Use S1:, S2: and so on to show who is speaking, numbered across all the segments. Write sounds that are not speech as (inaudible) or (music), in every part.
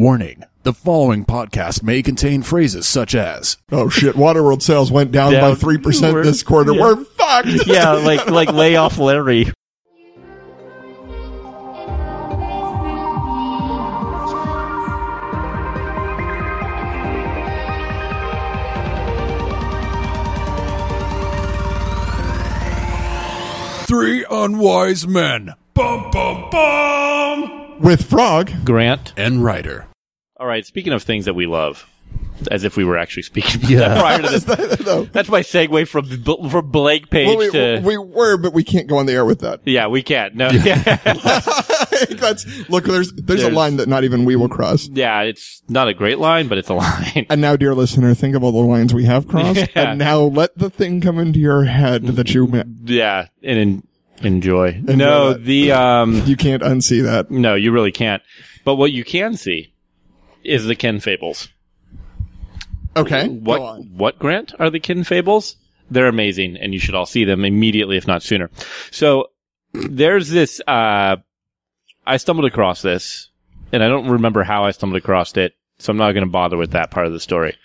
S1: Warning the following podcast may contain phrases such as
S2: Oh shit! Waterworld sales went down,
S3: Down.
S2: by three percent
S3: We're-
S2: this quarter.
S3: yeah.
S2: We're fucked.
S3: (laughs) yeah, like like lay off Larry.
S1: Three Unwise Men. Bum, bum, bum.
S2: (laughs) With (laughs) Frog,
S3: Grant.
S1: And Ryder.
S3: All right. Speaking of things that we love, as if we were actually speaking about that prior to this.
S2: no.
S3: That's my segue from B- from Blake Page
S2: Well, we,
S3: to
S2: we were, but we can't go on the air with that. (laughs)
S3: yeah. We can't. No. Yeah.
S2: That's look. There's, there's a
S3: There's-
S2: line that not even we will cross.
S3: (laughs) yeah. It's not a great line, but it's a line. (laughs)
S2: And now, dear listener, think of all the lines we have crossed,
S3: Yeah.
S2: and now let the thing come into your head that you ma-
S3: Yeah. And en- enjoy. No.
S2: that.
S3: The um.
S2: you can't unsee that.
S3: No, you really can't. But what you can see is the Ken fables.
S2: Okay, go
S3: What
S2: on.
S3: what Grant are the Kin Fables? They're amazing, and you should all see them immediately, if not sooner. So there's this. Uh, I stumbled across this, and I don't remember how I stumbled across it, so I'm not going to bother with that part of the story.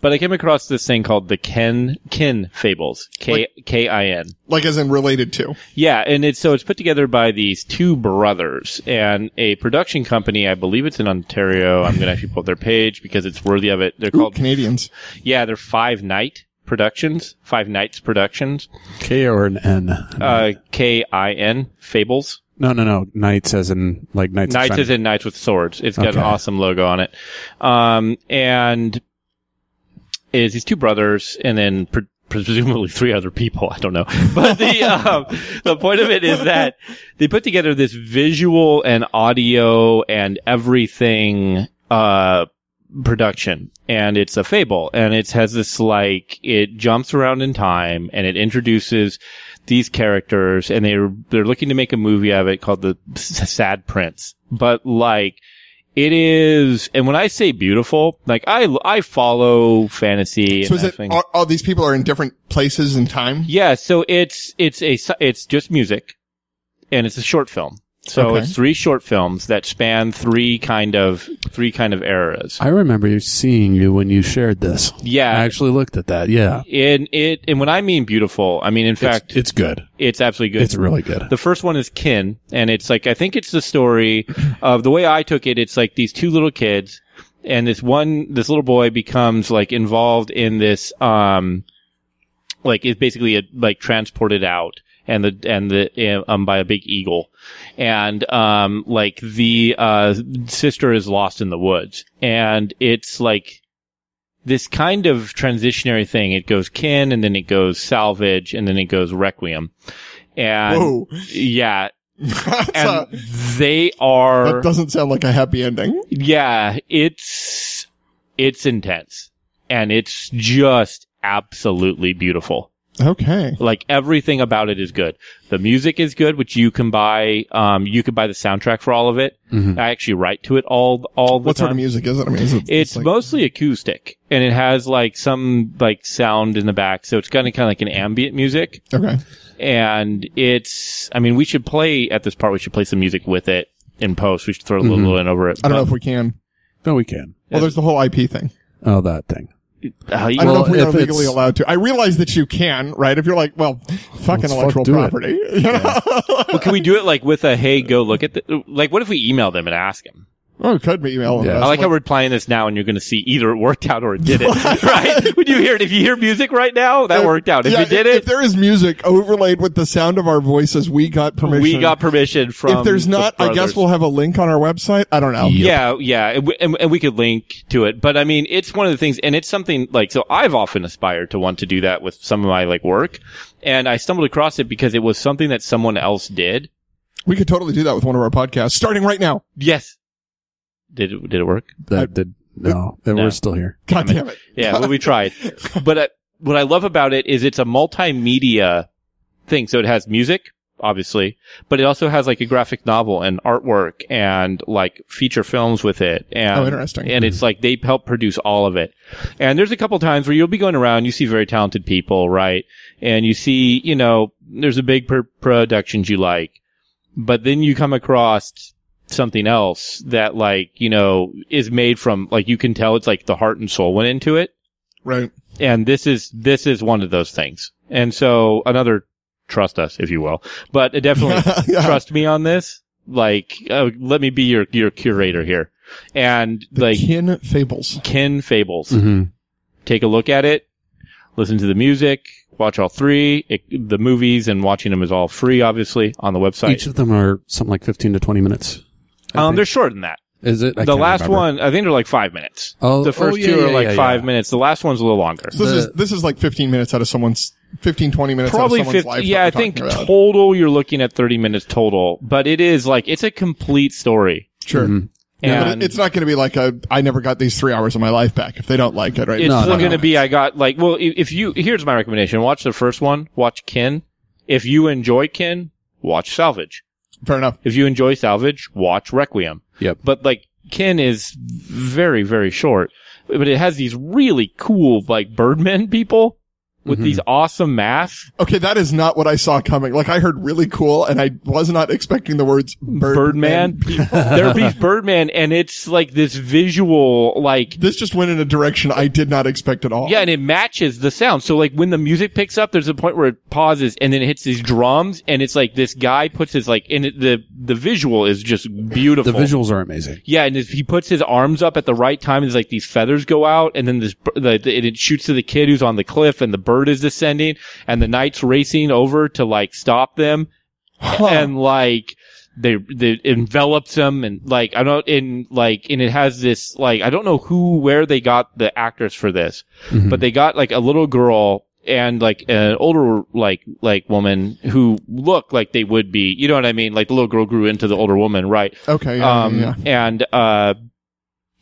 S3: But I came across this thing called the Ken Kin Fables. K K I N.
S2: Like as in related to?
S3: Yeah, and it's so it's put together by these two brothers and a production company. I believe it's in Ontario. I'm going to actually pull up their page because it's worthy of it. They're
S2: Ooh,
S3: called
S2: Canadians.
S3: yeah, they're Five Night Productions, Five Nights Productions,
S4: K or an N?
S3: uh, K I N Fables.
S4: no, no, no. Knights as in like knights. of
S3: Knights
S4: Shining.
S3: is in Knights with Swords. It's got an
S4: Okay.
S3: awesome logo on it. Um, and is these two brothers and then pre- presumably three other people. I don't know. (laughs) But the, um, the point of it is that they put together this visual and audio and everything, uh, production and it's a fable and it has this like it jumps around in time and it introduces these characters and they're they're looking to make a movie of it called the S- sad prince but like it is and when i say beautiful like i i follow fantasy
S2: So
S3: and
S2: is
S3: that
S2: it
S3: thing.
S2: all, all these people are in different places and time? (laughs)
S3: Yeah, so it's it's a s- it's just music, and it's a short film. So
S2: Okay.
S3: it's three short films that span three kind of three kind of eras.
S4: I remember you seeing you when you shared this. I
S3: yeah,
S4: actually looked at that. Yeah,
S3: and it and when I mean beautiful, I mean in fact
S4: it's, it's good.
S3: it's absolutely good.
S4: It's really good.
S3: The first one is Kin, and it's like I think it's the story of the way I took it. It's like these two little kids, and this one, this little boy becomes like involved in this, um, like is basically a, like transported out, and the and the um by a big eagle, and um like the uh sister is lost in the woods, and it's like this kind of transitionary thing. It goes kin, and then it goes salvage, and then it goes requiem. And
S2: Whoa, uh,
S3: yeah,
S2: That's
S3: and
S2: a-
S3: they are.
S2: that doesn't sound like a happy ending.
S3: yeah, it's it's intense, and it's just absolutely beautiful.
S2: Okay.
S3: Like everything about it is good. The music is good, which you can buy. Um, you can buy the soundtrack for all of it.
S4: Mhm.
S3: I actually write to it all all the
S2: Mm-hmm. What
S3: time.
S2: sort of music is it? I mean, is it,
S3: It's
S2: like-
S3: mostly acoustic, and it has like some like sound in the back, so it's kind of kind of like an ambient music.
S2: okay.
S3: and it's i mean we should play at this part we should play some music with it in post we should throw a little in over it
S2: Mm-hmm. I don't know
S3: but-
S2: if we can.
S4: No, we can.
S2: Well, there's the whole IP thing.
S4: Oh, that thing.
S3: Uh, you-
S2: I don't
S4: Well,
S2: know if we are
S4: if
S2: legally
S4: it's-
S2: allowed to. I realize that you can, right? If you're like, well, fucking
S4: Let's fuck
S2: intellectual
S4: do it.
S2: property. (laughs) You know?
S3: well, can we do it like with a hey go look at the like what if we email them and ask them
S2: oh, it could be email.
S4: Yeah.
S2: us.
S3: i like how we're playing this now and you're going to see either it worked out or
S2: (laughs)
S3: it didn't right when you hear it if you hear music right now that
S2: If-
S3: worked out if
S2: yeah,
S3: you did
S2: if,
S3: it
S2: if there is music overlaid with the sound of our voices, we got permission.
S3: we got permission from
S2: If there's
S3: the
S2: not, I guess
S3: brothers.
S2: we'll have a link on our website. I don't know.
S3: Yeah, yeah, and we, and, and we could link to it. But I mean, it's one of the things, and it's something like so. I've often aspired to want to do that with some of my like work, and I stumbled across it because it was something that someone else did.
S2: We could totally do that with one of our podcasts, starting right now.
S3: Yes, did it, did it work?
S4: That did no. that
S3: No.
S4: We're still here.
S2: God damn it. (laughs)
S3: Yeah, well, we tried. But I, what I love about it is it's a multimedia thing. So it has music, obviously, but it also has like a graphic novel and artwork and like feature films with it. And,
S2: Oh, interesting.
S3: And it's like they help produce all of it. And there's a couple times where you'll be going around, you see very talented people, right? And you see, you know, there's a big pr- productions you like, but then you come across something else that like, you know, is made from like you can tell it's like the heart and soul went into it.
S2: Right.
S3: And this is this is one of those things. And so another trust us, if you will. But it definitely
S2: (laughs)
S4: (laughs)
S2: Yeah.
S3: trust me on this. Like uh, let me be your your curator here. And like
S2: Kin Fables.
S3: Ken Fables.
S4: Mm-hmm.
S3: Take a look at it, listen to the music, watch all three. It, the movies and watching them is all free, obviously, on the website.
S4: Each of them are something like 15 to 20 minutes. I
S3: um,
S4: think.
S3: they're shorter than that.
S4: Is it? I
S3: the
S4: can't
S3: last
S4: remember.
S3: one, I think they're like five minutes.
S4: Oh,
S3: the first
S4: oh, yeah,
S3: two are
S4: yeah,
S3: like
S4: yeah,
S3: five
S4: yeah.
S3: minutes. The last one's a little longer.
S2: So this
S4: The-
S2: is this is like 15 minutes out of someone's 15 20 minutes
S3: Probably
S2: out of someone's
S3: 50.
S2: life.
S3: Yeah,
S2: that
S3: I
S2: we're
S3: think
S2: talking about.
S3: total you're looking at 30 minutes total, but it is like, it's a complete story.
S2: sure.
S4: Mhm.
S2: But
S3: Mm-hmm. And
S2: it- it's not going to be like a I never got these 3 hours of my life back if they don't like it, right?
S3: it's
S4: No,
S3: still
S4: no,
S3: going to be, I got like, well, i- if you, here's my recommendation. Watch the first one. Watch Kin. If you enjoy Kin, watch Salvage.
S2: Fair enough.
S3: If you enjoy Salvage, watch Requiem.
S4: Yep.
S3: But like Kin is very, very short, but it has these really cool like Birdman people with
S2: Mm-hmm.
S3: these awesome masks.
S2: Okay, that is not what I saw coming. Like I heard really cool and I was not expecting the words bird
S3: Birdman. (laughs) They're these Birdman and it's like this visual, like,
S2: This just went in a direction I did not expect at all.
S3: yeah, and it matches the sound. So like when the music picks up, there's a point where it pauses and then it hits these drums and it's like this guy puts his like, and it, the, the visual is just
S4: The
S3: beautiful.
S4: visuals are amazing.
S3: Yeah, and his, he puts his arms up at the right time. It's like these feathers go out, and then this b- the, the, and it shoots to the kid who's on the cliff, and the bird is descending, and the knight's racing over to like stop them, and like they they envelops them, and like I don't in like and it has this like I don't know who where they got the actress for this, but they got like a little girl and like an older like like woman who looked like they would be you know what i mean like the little girl grew into the older woman right
S2: Okay. Yeah,
S3: um,
S2: yeah.
S3: and, uh,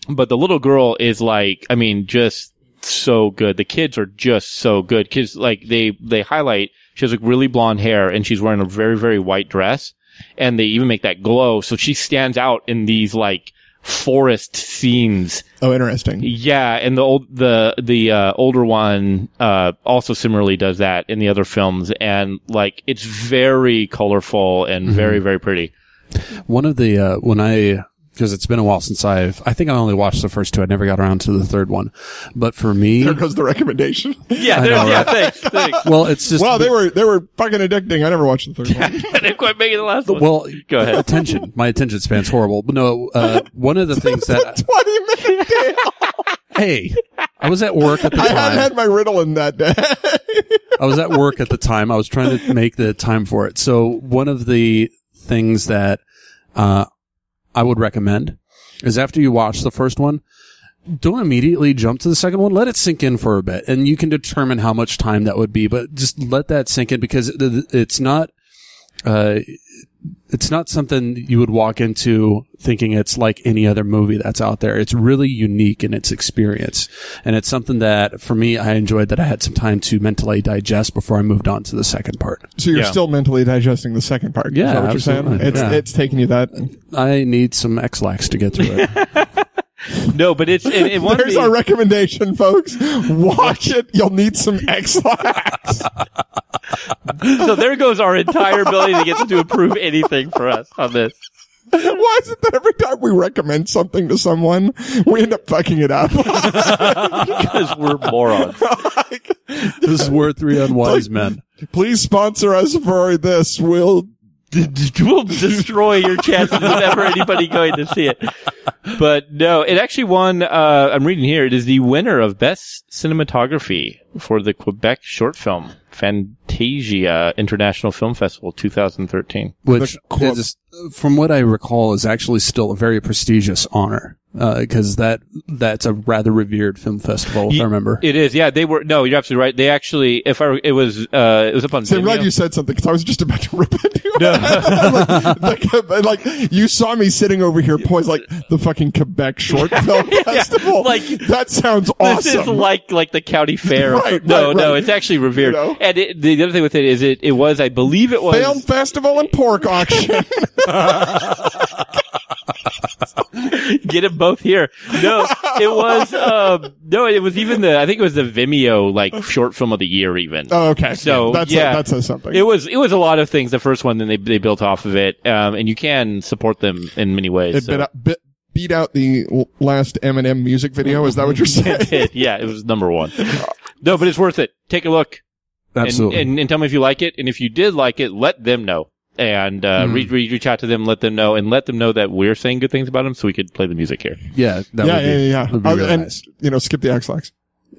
S3: but the little girl is like, I mean, just so good. The kids are just so good. Kids, like, they, they highlight, she has like really blonde hair and she's wearing a very, very white dress and they even make that glow. So she stands out in these like, forest scenes
S2: Oh, interesting.
S3: yeah and the old the the uh older one uh also similarly does that in the other films and like it's very colorful and
S2: Mm-hmm.
S3: very very pretty
S4: One of the uh, when I because it's been a while since I've I think I only watched the first two. I never got around to the third one, but for me,
S2: (laughs) There goes the recommendation.
S3: (laughs) yeah
S4: I know,
S3: yeah thanks thanks
S4: well, it's just
S2: Wow, they were they were fucking addicting. I never watched the
S3: (laughs)
S2: third one. (laughs)
S3: I didn't quite make it the last one.
S4: well.
S3: Go
S4: (laughs)
S3: ahead.
S4: Attention, my attention span's horrible. But no, uh, one of the things
S2: (laughs)
S4: that
S2: Twenty minutes.
S4: hey, I was at work at the
S2: I hadn't
S4: time.
S2: had my Ritalin that day. (laughs)
S4: I was at work at the time. I was trying to make the time for it. So one of the things that uh, I would recommend is after you watch the first one, don't immediately jump to the second one. Let it sink in for a bit, and you can determine how much time that would be. But just let that sink in because th- th- it's not. Uh, it's not something you would walk into thinking it's like any other movie that's out there. It's really unique in its experience. And it's something that for me, I enjoyed that I had some time to mentally digest before I moved on to the second part.
S2: so you're
S3: Yeah.
S2: still mentally digesting the second part.
S4: Yeah,
S2: is that what you're saying?
S4: absolutely.
S2: It's
S4: Yeah.
S2: it's taking you that.
S4: I need some X-Lax to get through
S2: (laughs)
S4: it.
S3: No, but it's and, and one
S2: There's
S3: thing,
S2: our recommendation, folks. Watch it. You'll need some X lax.
S3: so there goes our entire ability to get to improve anything for us on this.
S2: (laughs) Why is it that every time we recommend something to someone, we end up fucking it up? (laughs)
S3: Because we're (laughs) morons.
S2: Like,
S4: this is where three unwise
S2: Like-
S4: men.
S2: please sponsor us for this. We'll
S3: we'll destroy your chances of ever anybody going to see it. But no, it actually won uh I'm reading here, it is the winner of Best Cinematography for the Quebec short film Fantasia International Film Festival 2013.
S4: Which
S2: The club-
S4: is, from what I recall, is actually still a very prestigious honor. Because that that's a rather revered film festival, if
S3: Ye-
S4: I remember.
S3: It is, yeah. They were no, you're absolutely right. They actually, if I, it was, uh, it was up on.
S2: So I'm glad
S3: Vimeo.
S2: you said something because I was just about to (laughs) rip
S3: (laughs)
S2: into you. like, the- like, you saw me sitting over here poised like the fucking Quebec
S3: (laughs)
S2: Short Film Festival.
S3: like-
S2: that sounds awesome.
S3: This is like like the
S2: (laughs)
S3: county fair.
S2: Right,
S3: no,
S2: right,
S3: no,
S2: right.
S3: it's actually revered.
S2: You know?
S3: And it, the other thing with it is it it was I believe it was (laughs)
S2: Film festival and pork auction. (laughs)
S3: get them both here. No, it was uh, no, it was even the I think it was the Vimeo like short film of the year even.
S2: Oh, okay.
S3: So,
S2: that's
S3: yeah.
S2: a, that says something.
S3: It was it was a lot of things. The first one, then they they built off of it, um, and you can support them in many ways.
S2: it
S3: so.
S2: bit out, bit, beat out the l- last Eminem music video. Is that what
S4: (laughs)
S2: you're saying?
S3: It did. (laughs) Yeah, it was
S2: (laughs)
S3: number one. No, but it's worth it. Take a look and,
S4: Absolutely.
S3: and, and tell me if you like it. And if you did like it, let them know and uh, reach, reach reach out to them, let them know, and let them know that we're saying good things about them, so we could play the music here.
S4: yeah, that
S2: yeah,
S4: would be,
S2: yeah, yeah, yeah.
S4: would be
S2: Uh,
S4: really
S2: and
S4: nice.
S2: you know, skip the X-Lax.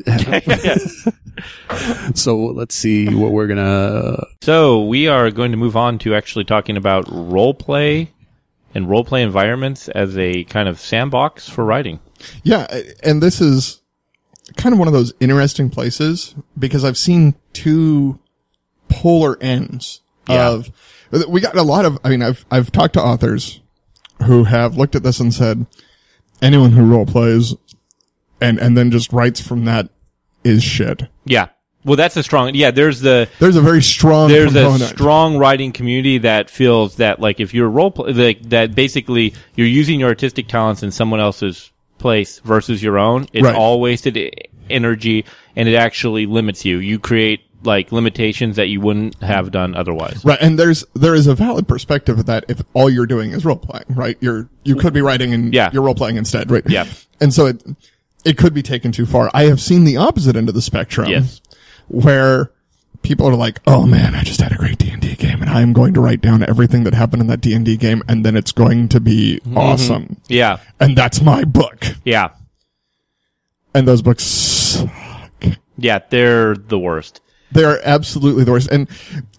S3: Yeah.
S4: So let's see what we're gonna.
S3: So we are going to move on to actually talking about role play and role play environments as a kind of sandbox for writing.
S2: Yeah, a- and this is kind of one of those interesting places because I've seen two polar ends
S3: Yeah.
S2: of we got a lot of I mean I've I've talked to authors who have looked at this and said anyone who role plays and and then just writes from that is shit.
S3: Yeah. Well, that's a strong. Yeah, there's the
S2: There's a very (laughs) strong
S3: there's a
S2: component.
S3: strong writing community that feels that like if you're role play like, that basically you're using your artistic talents in someone else's place versus your own it's
S2: Right.
S3: all wasted e- energy and it actually limits you you create like limitations that you wouldn't have done otherwise
S2: Right, and there's there is a valid perspective of that if all you're doing is role playing, right? You're you could be writing and
S3: Yeah.
S2: you're role playing instead, right?
S3: Yeah.
S2: And so it it could be taken too far. I have seen the opposite end of the spectrum
S3: Yes.
S2: where people are like, "Oh man, I just had a great D&D game and I am going to write down everything that happened in that D&D game and then it's going to be
S3: Mm-hmm.
S2: awesome."
S3: yeah
S2: And that's my book.
S3: yeah
S2: And those books suck.
S3: yeah they're the worst
S2: They're absolutely the worst. And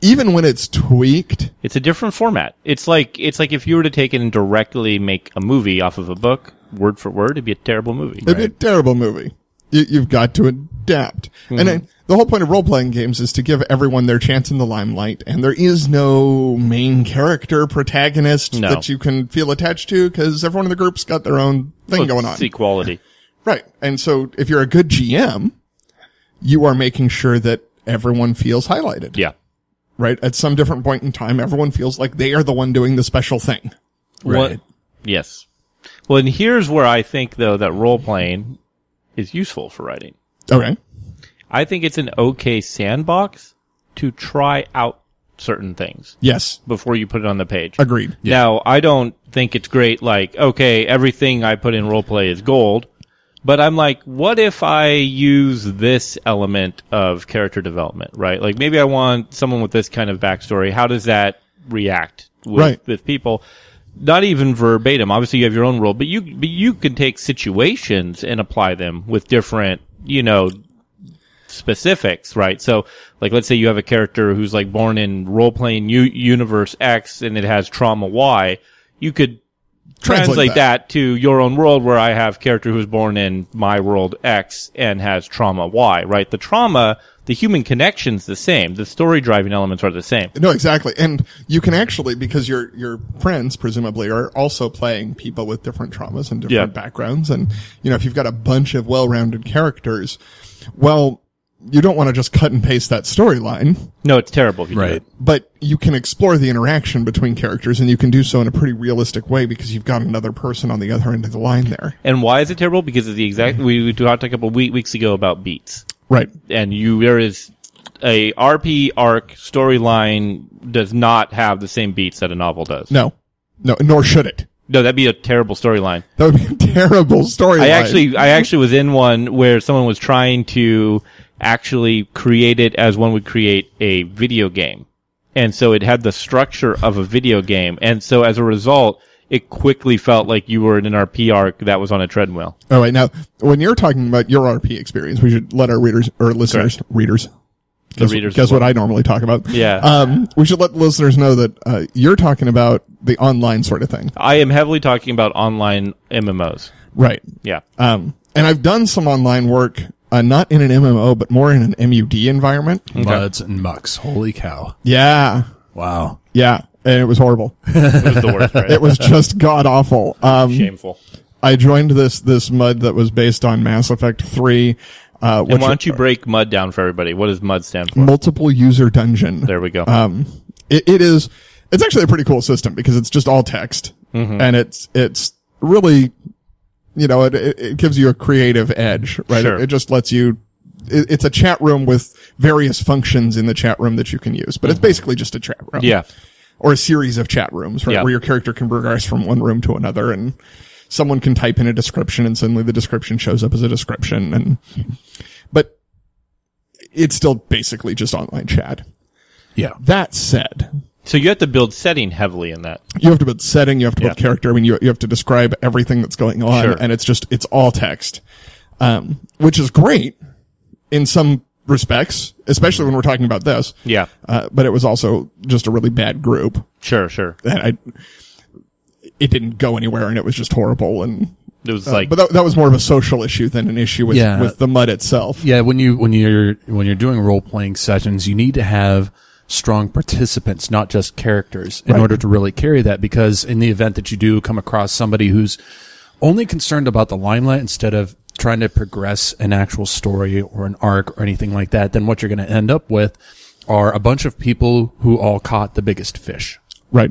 S2: even when it's tweaked,
S3: It's a different format. It's like it's like if you were to take it and directly make a movie off of a book, word for word, it'd be a terrible movie.
S2: It'd be a terrible movie. You, you've got to adapt.
S3: Mm-hmm.
S2: And I, the whole point of role playing games is to give everyone their chance in the limelight. And there is no main character protagonist
S3: No.
S2: that you can feel attached to because everyone in the group's got their own thing going on.
S3: It's equality.
S2: Right. And so if you're a good GM, you are making sure that everyone feels highlighted.
S3: Yeah.
S2: Right. At some different point in time, everyone feels like they are the one doing the special thing.
S4: Right.
S3: Yes. Well, and here's where I think though that role playing is useful for writing.
S2: Okay.
S3: I think it's an okay sandbox to try out certain things
S2: Yes.
S3: before you put it on the page.
S2: Agreed.
S3: Now, I don't think it's great. Like, okay, everything I put in roleplay is gold, but I'm like, what if I use this element of character development, right? Like, maybe I want someone with this kind of backstory. How does that react with,
S2: Right.
S3: with people? Not even verbatim. Obviously, you have your own role, but you but you can take situations and apply them with different, you know, specifics, right? So, like, let's say you have a character who's like born in role playing u- universe X and it has trauma Y. You could translate,
S2: Translate
S3: that. to your own world where I have character who's born in my world X and has trauma Y, right? The trauma, the human connection's the same. The story driving elements are the same.
S2: No, exactly. And you can actually, because your, your friends presumably are also playing people with different traumas and different
S3: Yeah.
S2: backgrounds. And, you know, if you've got a bunch of well-rounded characters, well, you don't want to just cut and paste that storyline,
S3: No, it's terrible if you do
S4: Right.
S3: it.
S2: but you can explore the interaction between characters and you can do so in a pretty realistic way because you've got another person on the other end of the line there.
S3: And why is it terrible? Because of the exact, we, we talked a couple we- weeks ago about beats.
S2: Right.
S3: and you there is a RP arc storyline does not have the same beats that a novel does.
S2: No. No, nor should it.
S3: No, that'd be a terrible storyline.
S2: That would be a (laughs) terrible storyline.
S3: I actually I actually was in one where someone was trying to actually create it as one would create a video game. And so it had the structure of a video game. And so as a result, it quickly felt like you were in an RP arc that was on a treadmill.
S2: All right. Now, when you're talking about your RP experience, we should let our readers or listeners, readers,
S3: The
S2: guess,
S3: readers
S2: guess
S3: as well.
S2: what I normally talk about.
S3: Yeah.
S2: Um, we should let the listeners know that uh, you're talking about the online sort of thing,
S3: I am heavily talking about online MMOs.
S2: right?
S3: Yeah.
S2: Um, and I've done some online work, uh, not in an MMO, but more in an MUD environment.
S4: Muds and mucks. Holy cow!
S2: Yeah.
S4: Wow.
S2: Yeah. And it was horrible.
S3: It was the worst,
S2: (laughs)
S3: right?
S2: It
S3: (laughs)
S2: was just god awful. Um,
S3: Shameful.
S2: I joined this this mud that was based on Mass Effect Three. Uh,
S3: And
S2: which
S3: why don't you break MUD down for everybody? What does MUD stand for?
S2: multiple user dungeon.
S3: There we go.
S2: um, it, it is it's
S3: Mm-hmm.
S2: actually a pretty cool system because it's just all text and it's it's really you know, it, it, it gives you a creative edge, right?
S3: Sure.
S2: It, it just lets you, it, it's a chat room with various functions in the chat room that you can use, but it's basically just a chat room.
S3: Mm-hmm. Yeah.
S2: Or a series of chat rooms, right?
S3: Yeah.
S2: Where your character can progress from one room to another and someone can type in a description and suddenly the description shows up as a description and, but it's still basically just online chat.
S4: Yeah.
S2: That said,
S3: So you have to build setting heavily in that.
S2: you have to build setting, you have to build
S3: Yeah.
S2: character. I mean, you, you have to describe everything that's going on,
S3: Sure.
S2: and it's just it's all text, um, which is great in some respects, especially when we're talking about this.
S3: Yeah.
S2: Uh, but it was also just a really bad group,
S3: Sure. Sure.
S2: and I it didn't go anywhere, and it was just horrible. And
S3: It was
S2: uh,
S3: like
S2: but that, that was more of a social issue than an issue with
S4: Yeah.
S2: with the mud itself.
S4: Yeah, when you when you're when you're doing role playing sessions, you need to have strong participants, not just characters, in
S2: Right.
S4: order to really carry that. Because in the event that you do come across somebody who's only concerned about the limelight instead of trying to progress an actual story or an arc or anything like that, then what you're going to end up with are a bunch of people who all caught the biggest fish.
S2: Right.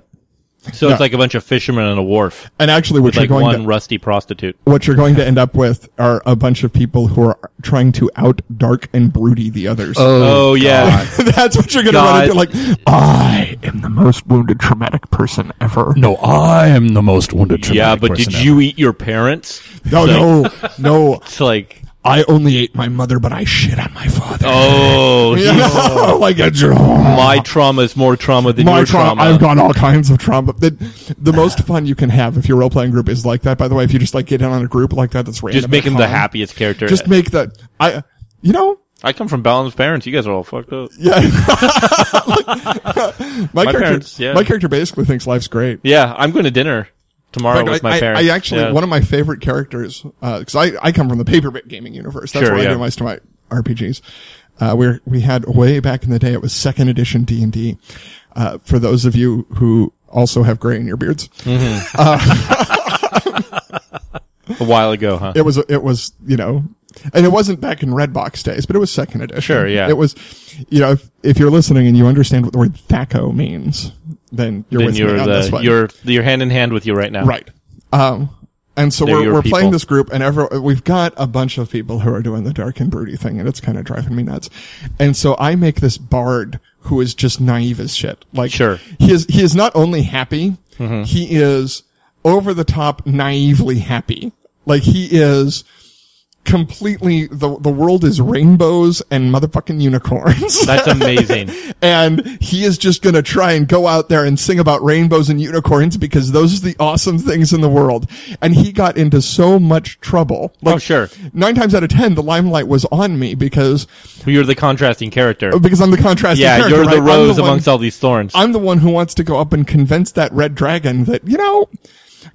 S3: so
S2: no.
S3: it's like a bunch of fishermen on a wharf,
S2: And actually, what
S3: like
S2: you're going
S3: one
S2: to
S3: rusty prostitute.
S2: what you're going to end up with are a bunch of people who are trying to out dark and broody the others.
S3: Oh, yeah.
S2: (laughs) That's what you're going to run
S3: God.
S2: into. Like, I am the most wounded, traumatic person ever.
S4: No, I am the most wounded.
S3: Yeah,
S4: traumatic
S3: but
S4: person
S3: did
S4: ever.
S3: you eat your parents?
S2: (laughs) No, no, no. (laughs)
S3: It's like,
S2: I only ate my mother, but I shit on my father.
S3: oh,
S2: (laughs) You know, (laughs) like a dr-
S3: my trauma is more trauma than
S2: my
S3: your
S2: trauma.
S3: trauma.
S2: I've got all kinds of trauma. The, the most fun you can have if your role playing group is like that. By the way, if you just like get in on a group like that, that's random.
S3: Just make
S2: and
S3: him the
S2: fun.
S3: happiest character.
S2: Just make the I. You know,
S3: I come from balanced parents. You guys are all fucked up.
S2: yeah. (laughs) Like, my, character,
S3: parents, yeah.
S2: my character basically thinks life's great.
S3: Yeah, I'm going to dinner tomorrow
S2: fact,
S3: with
S2: I,
S3: my
S2: I-
S3: parents.
S2: I actually
S3: yeah.
S2: one of my favorite characters because I I come from the paper bit gaming universe. That's
S3: Sure,
S2: where I
S3: yeah.
S2: do most of my RPGs. Uh, where we had way back in the day, it was second edition D and D. Uh, For those of you who also have gray in your beards,
S3: a while ago, huh?
S2: it was it was you know, and it wasn't back in red box days, but it was second edition.
S3: Sure, yeah.
S2: It was, you know, if, if you're listening and you understand what the word thaco means, then you're
S3: Then
S2: with
S3: you're
S2: me on this
S3: the
S2: one.
S3: you're you're hand in hand with you right now.
S2: Right. Um, and so
S3: They're
S2: we're,
S3: your
S2: we're
S3: people.
S2: playing this group and ever, we've got a bunch of people who are doing the dark and broody thing and it's kind of driving me nuts. And so I make this bard who is just naive as shit. Like,
S3: Sure. Mm-hmm.
S2: he is, he is not only happy, he is over the top naively happy. Like he is completely, the, the world is rainbows and motherfucking unicorns. (laughs)
S3: That's amazing.
S2: and he is just going to try and go out there and sing about rainbows and unicorns because those are the awesome things in the world. And he got into so much trouble. Like,
S3: Oh, sure.
S2: Nine times out of ten, the limelight was on me because
S3: you're the contrasting character.
S2: because I'm the contrast.
S3: yeah,
S2: character,
S3: you're the
S2: right? I'm
S3: rose
S2: one-
S3: amongst all these thorns.
S2: I'm the one who wants to go up and convince that red dragon that you know.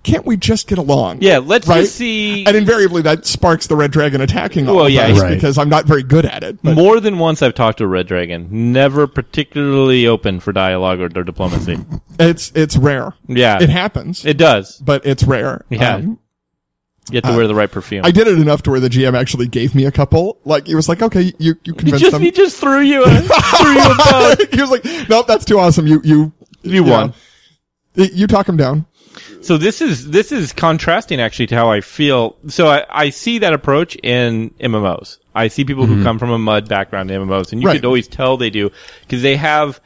S2: Can't we just get along?
S3: Yeah, let's just see-
S2: And invariably, that sparks the red dragon attacking all
S3: Well,
S2: of
S3: yeah,
S2: us
S4: right.
S2: because I'm not very good at it. But
S3: More than once, I've talked to a red dragon. Never particularly open for dialogue or,
S2: (laughs)
S3: or diplomacy.
S2: it's it's rare.
S3: Yeah.
S2: it happens.
S3: it does.
S2: but it's rare.
S3: Yeah.
S2: Um, uh,
S3: You have to wear the right perfume.
S2: I did it enough to where the GM actually gave me a couple. Like he was like, "Okay, you you
S3: he
S2: convinced (laughs)
S3: just
S2: them."
S3: he just threw you a,
S2: (laughs)
S3: threw you a bone.
S2: he was like, "Nope, that's too awesome. You you
S3: You won.
S2: know, you talk him down."
S3: So this is this is contrasting actually to how I feel. So I, I see that approach in MMOs. I see people
S4: Mm-hmm.
S3: who come from a mud background in MMOs, and you
S2: Right.
S3: could always tell they do because they have.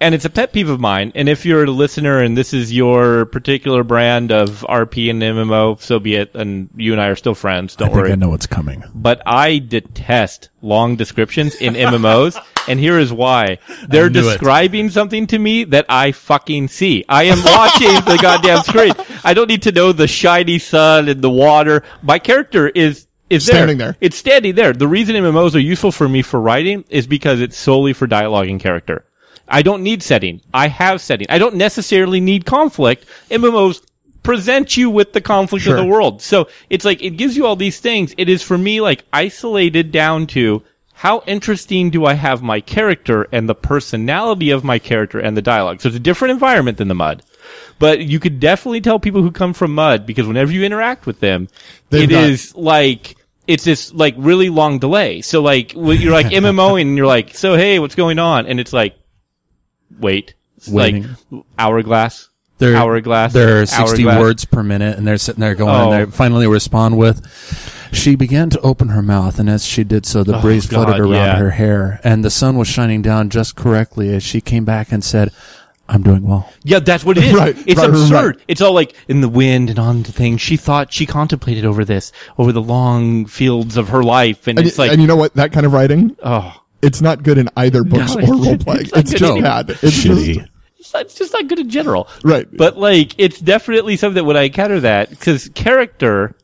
S3: And it's a pet peeve of mine. And if you're a listener and this is your particular brand of RP and MMO, so be it. And you and I are still friends. Don't
S4: I think
S3: worry
S4: I know what's coming.
S3: but I detest long descriptions in MMOs, and here is why. They're
S4: knew it.
S3: describing something to me that I fucking see. I am watching the goddamn screen. I don't need to know the shiny sun and the water. My character is is
S2: Standing there.
S3: It's standing there. The reason MMOs are useful for me for writing is because it's solely for dialogue and character. I don't need setting. I have setting. I don't necessarily need conflict. MMOs present you with the conflict of the world. So it's like, it gives you all these things. It is for me, like, isolated down to how interesting do I have my character and the personality of my character and the dialogue. So it's a different environment than the mud. But you could definitely tell people who come from mud because whenever you interact with them,
S2: They've
S3: it
S2: got-
S3: is like it's this like really long delay. So like when
S2: (laughs)
S3: you're like MMOing and you're like, so hey, what's going on? And it's like, wait, it's like
S4: Waiting.
S3: hourglass.
S4: They're,
S3: Hourglass.
S4: They're 60
S3: Hourglass.
S4: words per minute, and they're sitting there going,
S3: Oh.
S4: and they finally respond with, She began to open her mouth, and as she did so, the breeze
S3: Oh, God,
S4: flooded around
S3: yeah.
S4: her hair, and the sun was shining down just correctly as she came back and said, I'm doing well.
S3: Yeah, that's what it
S2: (laughs)
S3: is.
S2: Right,
S3: it's
S2: right, right,
S3: absurd.
S2: right.
S3: It's all like in the wind and on the thing. She thought she contemplated over this, over the long fields of her life, and,
S2: And,
S3: it's
S2: y-
S3: like,
S2: and you know what? That kind of writing,
S3: oh,
S2: it's not good in either books
S3: No,
S2: or
S3: it's-
S2: role playing.
S3: it's not
S2: It's
S3: good
S2: just
S3: anyway.
S2: bad. It's
S1: Shitty.
S2: just-
S3: it's, not, it's just not good in general.
S2: Right.
S3: But like, it's definitely something that when I encounter that, because character,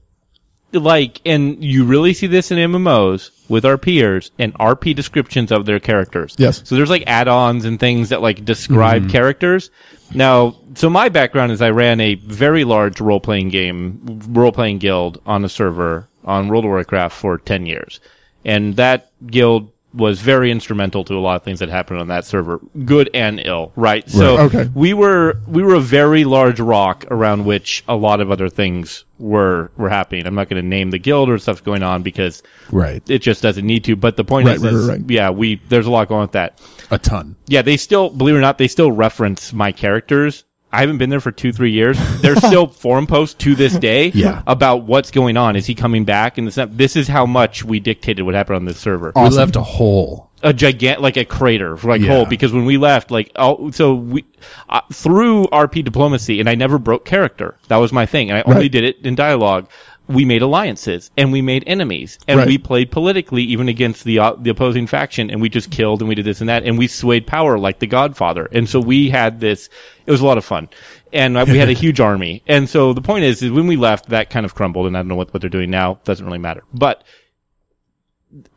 S3: like, and you really see this in MMOs with RPers and RP descriptions of their characters.
S2: Yes. Mm-hmm.
S3: So there's like add-ons and things that like describe characters. Now, so my background is I ran a very large role-playing game, role-playing guild on a server on World of Warcraft for 10 years. And that guild was very instrumental to a lot of things that happened on that server, good and ill, right? So
S2: Okay.
S3: we were we were a very large rock around which a lot of other things were were happening. I'm not going to name the guild or stuff going on because
S4: Right.
S3: it just doesn't need to. But the point
S2: Right,
S3: is,
S2: right,
S3: is,
S2: right, right.
S3: yeah, we there's a lot going on with that.
S4: A ton.
S3: Yeah, they still believe it or not, they still reference my characters. I haven't been there for two, three years.
S2: (laughs)
S3: There's still forum posts to this day
S4: Yeah.
S3: about what's going on. Is he coming back? And this, this is how much we dictated what happened on this server
S4: We left a hole.
S3: a gigantic, like a crater, like
S4: Yeah.
S3: hole. Because when we left, like, oh, so we uh, through RP diplomacy, and I never broke character. That was my thing, and I only
S2: Right.
S3: did it in dialogue. We made alliances, and we made enemies, and
S2: Right.
S3: we played politically, even against the uh, the opposing faction, and we just killed, and we did this and that, and we swayed power like the Godfather. And so we had this. It was a lot of fun, and uh,
S2: (laughs)
S3: we had a huge army. And so the point is, is when we left, that kind of crumbled, and I don't know what what they're doing now. Doesn't really matter, but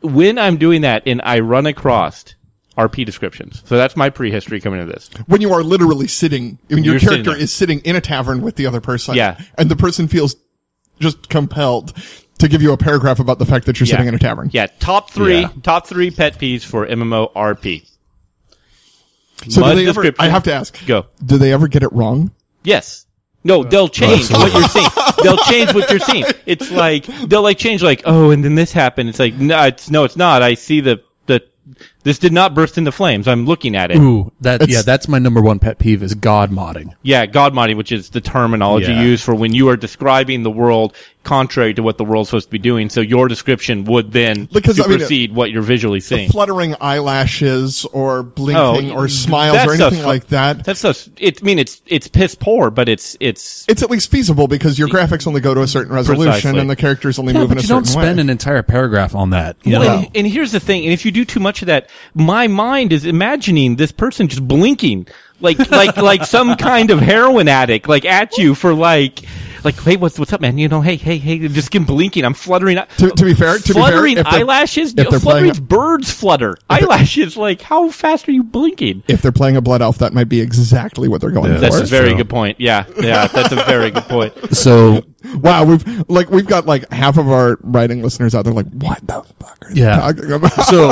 S3: when I'm doing that and I run across RP descriptions. So that's my prehistory coming to this.
S2: when you are literally sitting, I mean, your
S3: You're sitting
S2: character
S3: there.
S2: is sitting in a tavern with the other person.
S3: Yeah.
S2: And the person feels just compelled to give you a paragraph about the fact that you're sitting in a tavern.
S3: Yeah, top three,
S4: Yeah.
S3: top three pet peeves for MMO RP.
S2: So
S3: Mud
S2: do they ever,
S3: description.
S2: I have to ask.
S3: Go.
S2: Do they ever get it wrong?
S3: Yes. No,
S2: Uh,
S3: they'll change
S2: (laughs)
S3: what you're seeing. They'll change what you're seeing. It's like they'll like change like oh, and then this happened. It's like no, it's no, it's not. I see the the this did not burst into flames. I'm looking at it.
S4: Ooh, that, yeah, that's my number one pet peeve is God modding.
S3: Yeah, God modding, which is the terminology
S4: Yeah.
S3: used for when you are describing the world contrary to what the world's supposed to be doing. So your description would then
S2: Because, I mean,
S3: supersede what you're visually seeing.
S2: Fluttering eyelashes or blinking
S3: Oh,
S2: or smiles
S3: that
S2: or
S3: stuff-
S2: anything like that.
S3: That's so. It I mean it's it's piss poor, but it's it's
S2: It's at least feasible because your graphics only go to a certain resolution
S3: Precisely.
S2: and the characters only
S4: Yeah,
S2: move
S4: but
S2: in a
S4: you
S2: certain
S4: don't spend
S2: way.
S4: an entire paragraph on that. You
S3: Well,
S4: know?
S3: and, and here's the thing, and if you do too much of that, my mind is imagining this person just blinking, like (laughs) like like some kind of heroin addict, like at you for like. Like, hey, what's what's up, man? You know, hey, hey, hey, they're just getting blinking. I'm fluttering.
S2: To- to be fair- to be fair,
S3: fluttering
S2: if they're-
S3: eyelashes.
S2: if they're playing
S3: fluttering
S2: it-
S3: birds flutter. Eyelashes. Like, how fast are you blinking?
S2: If they're playing a blood elf, that might be exactly what they're going
S4: Yeah.
S2: for.
S3: That's a
S4: That's
S3: very
S4: true.
S3: good point. Yeah, yeah, that's a very good point.
S4: So
S2: Wow, we've like we've got like half of our writing listeners out there like, what the fuck are they
S4: Yeah.
S2: talking about?
S4: so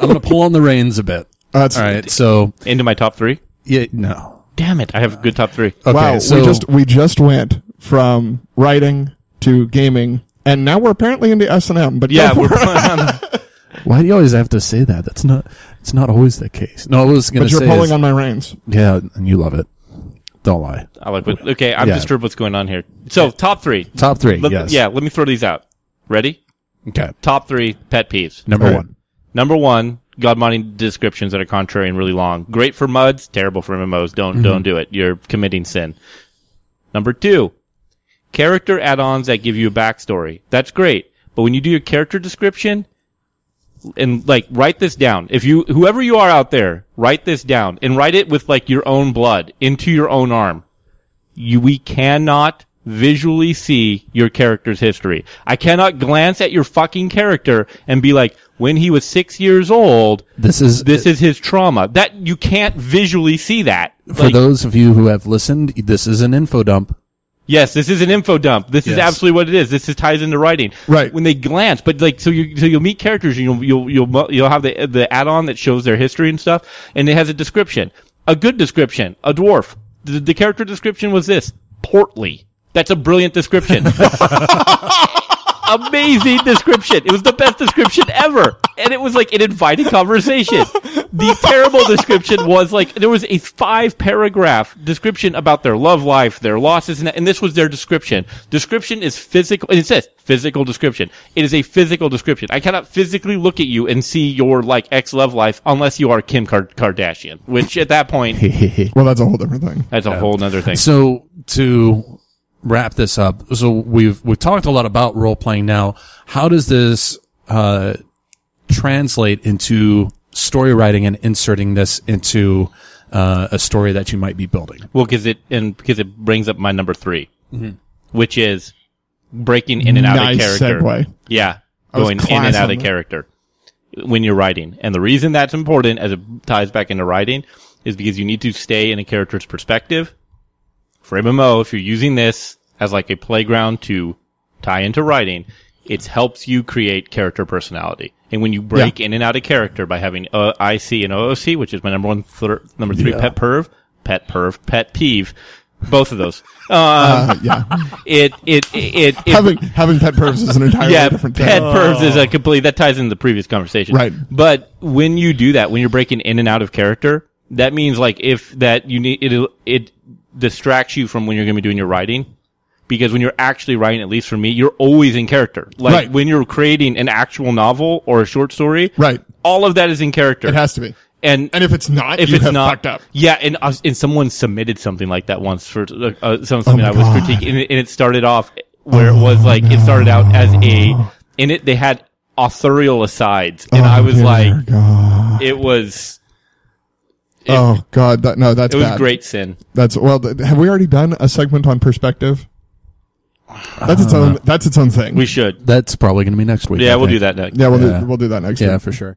S4: I'm gonna pull on the reins a bit.
S2: (laughs) That's-
S4: All right. So
S3: Into my top three.
S4: yeah, no.
S3: Damn it, I have a good top three.
S4: Okay,
S2: wow,
S4: so
S2: we just we just went from writing to gaming, and now we're apparently into S and M. But (laughs)
S3: Yeah,
S2: go
S3: we're
S2: for it.
S3: playing on the-
S4: why do you always have to say that? That's not. It's not always the case. No, I was gonna
S2: but you're
S4: say.
S2: pulling
S4: is-
S2: on
S4: (laughs)
S2: my reins.
S4: yeah, and you love it. Don't lie.
S3: (laughs) I like what. Okay, I'm
S4: Yeah.
S3: disturbed. What's going on here? So top three.
S4: Top three.
S3: Let-
S4: yes.
S3: Yeah. Let me throw these out. Ready?
S4: Okay.
S3: Top three pet peeves.
S4: Number
S2: All right.
S4: one.
S3: Number one, God modding descriptions that are contrary and really long. Great for muds, terrible for MMOs. Don't don't do it. You're committing sin. Number two, character add-ons that give you a backstory. That's great, but when you do your character description, and like write this down. If you whoever you are out there, write this down and write it with like your own blood into your own arm. You we cannot visually see your character's history. I cannot glance at your fucking character and be like, when he was six years old,
S4: This is
S3: this is his trauma. That you can't visually see that.
S4: for
S3: Like,
S4: those of you who have listened. This is an info dump.
S3: Yes, this is an info dump. This is
S4: Yes.
S3: absolutely what it is. This is ties into writing.
S2: Right.
S3: When they glance, but like, so you, so you'll meet characters and you'll, you'll, you'll, mu- you'll have the, the add-on that shows their history and stuff. And it has a description. A good description. A dwarf. The, the character description was this. Portly. That's a brilliant description. amazing description. It was the best description ever. And it was like an inviting conversation. The terrible description was like, there was a five paragraph description about their love life, their losses, and, and this was their description. Description is physical, and it says physical description. It is a physical description. I cannot physically look at you and see your like ex love life unless you are Kim Kar- Kardashian, which at that point,
S2: Well, that's a whole different thing.
S3: that's a whole nother thing.
S4: So to wrap this up, so we've we've talked a lot about role playing now. How does this uh, translate into story writing and inserting this into uh, a story that you might be building?
S3: Well, because it and because it brings up my number 3 which is breaking in and out
S2: Mm-hmm. Nice
S3: of character.
S2: segue.
S3: Yeah,
S2: I was
S3: going in
S2: class
S3: and out
S2: on
S3: of
S2: that.
S3: character when you're writing, and the reason that's important, as it ties back into writing, is because you need to stay in a character's perspective. For MMO, if you're using this as like a playground to tie into writing, it helps you create character personality. And when you break in and out of character by having uh, IC and OOC, which is my number one, thir- number three pet perv, pet perv, pet peeve, both of those. (laughs) Um,
S2: Uh, yeah,
S3: it, it, it, (laughs) it,
S2: having having pet pervs is an entirely
S3: yeah,
S2: different
S3: pet
S2: thing. Oh.
S3: pervs is a complete. That ties into the previous conversation,
S2: Right.
S3: But when you do that, when you're breaking in and out of character, that means like if that you need it, it distracts you from when you're going to be doing your writing. Because when you're actually writing, at least for me, you're always in character. Like
S2: Right.
S3: when you're creating an actual novel or a short story,
S2: Right.
S3: All of that is in character.
S2: It has to be.
S3: and
S2: And if it's not,
S3: if
S2: you
S3: it's
S2: have
S3: not
S2: fucked up.
S3: yeah, and us and someone submitted something like that once for uh, uh, some, something
S2: Oh my
S3: I was
S2: God. Oh
S3: critiquing, and it, and it started off where it was like it started out as a in it they had authorial asides, and I was
S2: Oh Dear
S3: like,
S2: God.
S3: it was
S2: oh god, that, no, that's
S3: it was
S2: bad.
S3: great sin.
S2: That's well. Th- have we already done a segment on perspective? That's
S4: Uh,
S2: its own. That's its own thing.
S3: We should,
S4: That's probably going to be next week.
S3: yeah,
S4: I
S3: we'll do
S4: think.
S3: that next.
S2: yeah, we'll
S4: Yeah.
S2: do. We'll do that next.
S4: Yeah,
S2: week.
S4: for sure.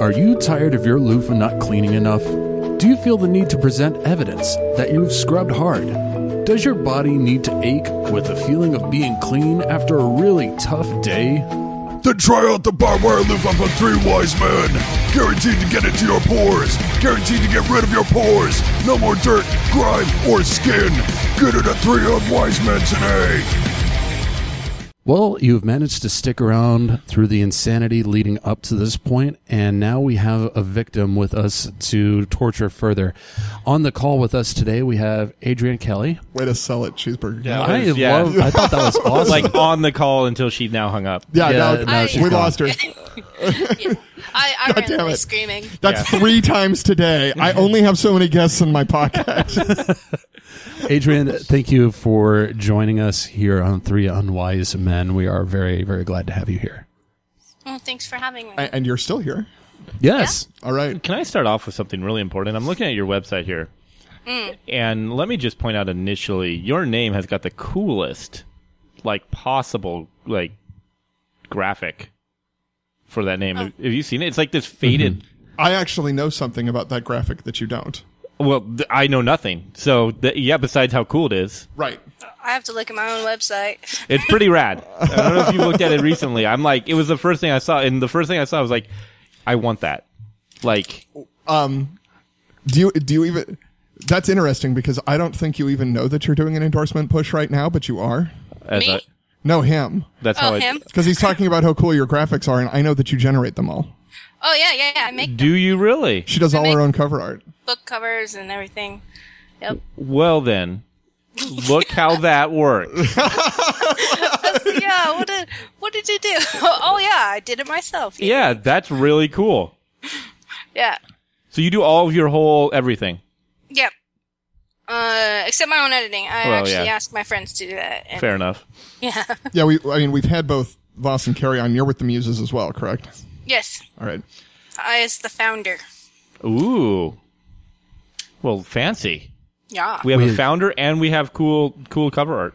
S4: Are you tired of your loofah not cleaning enough? Do you feel the need to present evidence that you've scrubbed hard? Does your body need to ache with the feeling of being clean after a really tough day?
S1: Then try out the barbed wire loofah from Three Wise Men. Guaranteed to get into your pores. Guaranteed to get rid of your pores. No more dirt, grime, or skin. Get it at Three Wise Men today.
S4: Well, you've managed to stick around through the insanity leading up to this point, and now we have a victim with us to torture further. On the call with us today, we have Adrian Kelly.
S2: Way to sell it, cheeseburger.
S3: Yeah. That
S4: I
S3: was- yeah.
S4: love. I thought that
S3: (laughs)
S4: was awesome.
S3: Like on the call until she now hung up.
S2: Yeah,
S4: Yeah,
S2: no,
S4: no,
S2: we
S4: she's gone.
S2: lost her.
S5: I, I
S2: God
S5: ran
S2: damn
S5: away
S2: it.
S5: screaming.
S2: That's three times today.
S3: (laughs)
S2: I only have so many guests in my podcast. (laughs)
S4: Adrian, thank you for joining us here on Three Unwise Men. We are very, very glad to have you here.
S5: Oh, thanks for having me.
S2: A- and you're still here.
S4: Yes.
S2: All right.
S3: Can I start off with something really important? I'm looking at your website here.
S5: Mm.
S3: And let me just point out initially, your name has got the coolest, like, possible, like, graphic for that
S5: Oh.
S3: name. Have, have you seen it? It's like this faded.
S2: I actually know something about that graphic that you don't.
S3: Well, th- I know nothing. So, th- yeah, besides how cool it is,
S2: Right.
S5: I have to look at my own website.
S3: it's
S5: (laughs)
S3: pretty rad. I don't know if you looked at it recently. I'm like, it was the first thing I saw. And the first thing I saw was like, I want that. Like,
S2: Um, do you do you even? That's interesting because I don't think you even know that you're doing an endorsement push right now, but you are.
S3: as
S5: Me?
S3: a-
S2: No, him.
S3: that's how
S5: Oh,
S3: I.
S5: him?
S2: Because he's talking about how cool your graphics are, and I know that you generate them all.
S5: Oh, yeah, yeah, yeah. I make
S3: Do you really?
S2: She does all her own cover art.
S5: book covers and everything. Yep.
S3: Well, then, look how that works.
S5: yeah, what did, what did you do? (laughs) oh, yeah, I did it myself. Yeah.
S3: Yeah, that's really cool.
S5: Yeah.
S3: So you do all of your whole everything.
S5: Yep. Uh, except my own editing. I
S3: Well,
S5: actually
S3: yeah.
S5: asked my friends to do that. and-
S3: Fair enough.
S5: Yeah.
S2: Yeah, we. I mean, we've had both Voss and Carry on. You're with the Muses as well, correct?
S5: yes.
S2: All right.
S5: I is the founder.
S3: Ooh. Well, fancy.
S5: Yeah.
S3: We have a
S4: Weird.
S3: founder and we have cool cool cover art.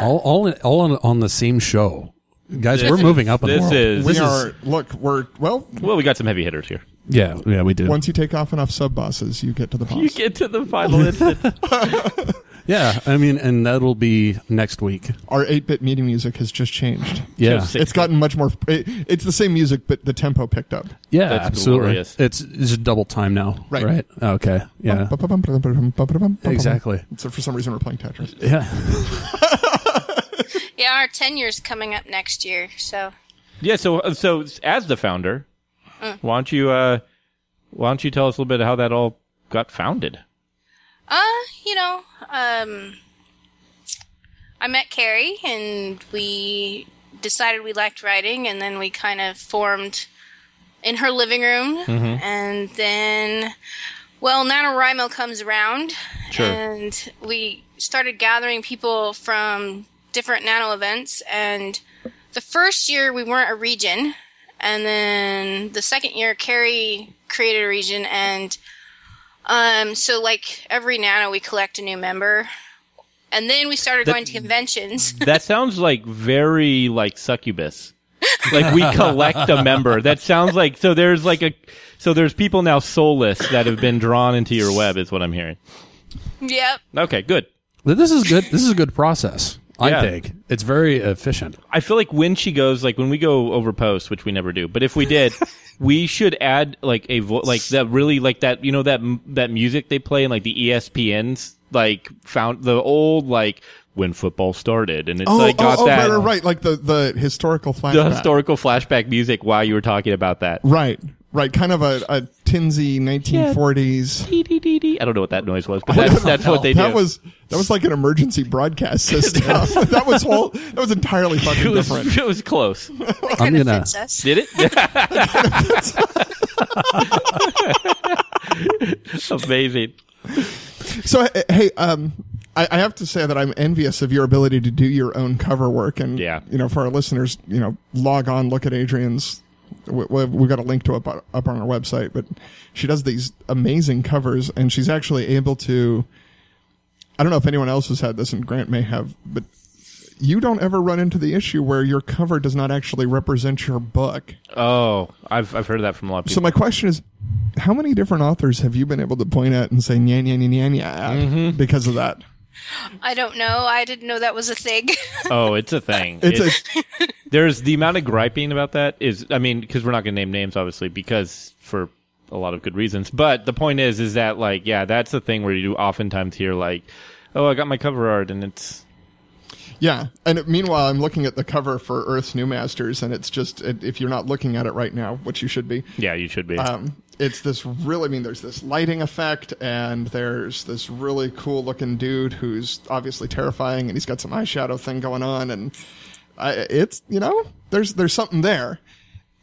S4: All, all, in, all on, on the same show. Guys, we're moving up in the
S3: This
S4: world.
S3: is
S2: we are. Look, we're well.
S3: well, we got some heavy hitters here.
S4: Yeah, yeah, we do.
S2: Once you take off enough sub bosses, you get to the boss.
S3: You get to the final instant.
S4: yeah, I mean, and that'll be next week.
S2: Our 8-bit meeting music has just changed.
S4: Yeah,
S3: Just
S2: It's gotten much more. It, it's the same music, but the tempo picked up.
S4: yeah,
S3: That's
S4: absolutely.
S3: glorious.
S4: It's it's double time now,
S2: Right.
S4: right? Okay, yeah,
S2: Exactly.
S4: exactly.
S2: So for some reason we're playing Tetris.
S4: Yeah,
S5: Yeah, Yeah, our tenure's coming up next year, so
S3: (laughs) Yeah. So uh, so as the founder, why don't you uh, why don't you tell us a little bit how that all got founded?
S5: Uh, you know, um, I met Carrie and we decided we liked writing, and then we kind of formed in her living room. And then, well, NaNoWriMo comes around,
S3: Sure.
S5: and we started gathering people from different Nano events. And the first year, we weren't a region. And then the second year, Carrie created a region, and um, so like every nano we collect a new member. And then we started going to conventions. (laughs)
S3: That sounds like very like succubus. Like we collect a member. That sounds like so. There's like a so there's people now soulless that have been drawn into your web is what I'm hearing.
S5: yep.
S3: Okay, good.
S4: This is good. This is a good process. I
S3: Yeah.
S4: think it's very efficient.
S3: I feel like when she goes, like when we go over post, which we never do, but if
S2: (laughs)
S3: we did, we should add like a vo- like that really like that you know that m- that music they play in like the E ESPN's like found the old like when football started, and it's
S2: Oh,
S3: like
S2: oh,
S3: got
S2: oh,
S3: that
S2: right, right, right. Like the, the historical flashback.
S3: the historical flashback music while you were talking about that.
S2: Right, right. Kind of a, a tinsy 1940s.
S3: Dee, dee, dee, dee. I don't know what that noise was, but that's, that's what they do.
S2: That was that was like an emergency broadcast system. that was whole. That was entirely
S3: (laughs) it
S2: fucking
S3: was
S2: different.
S3: (laughs) it was close.
S5: That kind of
S4: gonna-
S5: fits us.
S3: (laughs) Did it? Amazing.
S2: So h- hey, um, I, I have to say that I'm envious of your ability to do your own cover work, and
S3: Yeah.
S2: you know, for our listeners, you know, log on, look at Adrian's. We, we- we've got a link to it up, up on our website, but she does these amazing covers, and she's actually able to. I don't know if anyone else has had this, and Grant may have, but you don't ever run into the issue where your cover does not actually represent your book.
S3: Oh, I've I've heard that from a lot of people.
S2: So my question is, how many different authors have you been able to point at and say nya nya nya nya nya at because of that?
S5: I don't know. I didn't know that was a thing. (laughs)
S3: Oh, it's a thing.
S2: It's a-
S3: there's the amount of griping about that is I mean because we're not going to name names obviously because for a lot of good reasons. But the point is is that like yeah that's the thing where you do oftentimes hear like oh I got my cover art and it's
S2: Yeah. And it- meanwhile, I'm looking at the cover for Earth's New Masters, and it's just, it, if you're not looking at it right now, which you should be,
S3: yeah you should be
S2: um, it's this really, I mean, there's this lighting effect, and there's this really cool looking dude who's obviously terrifying, and he's got some eyeshadow thing going on, and I, it's, you know, there's, there's something there.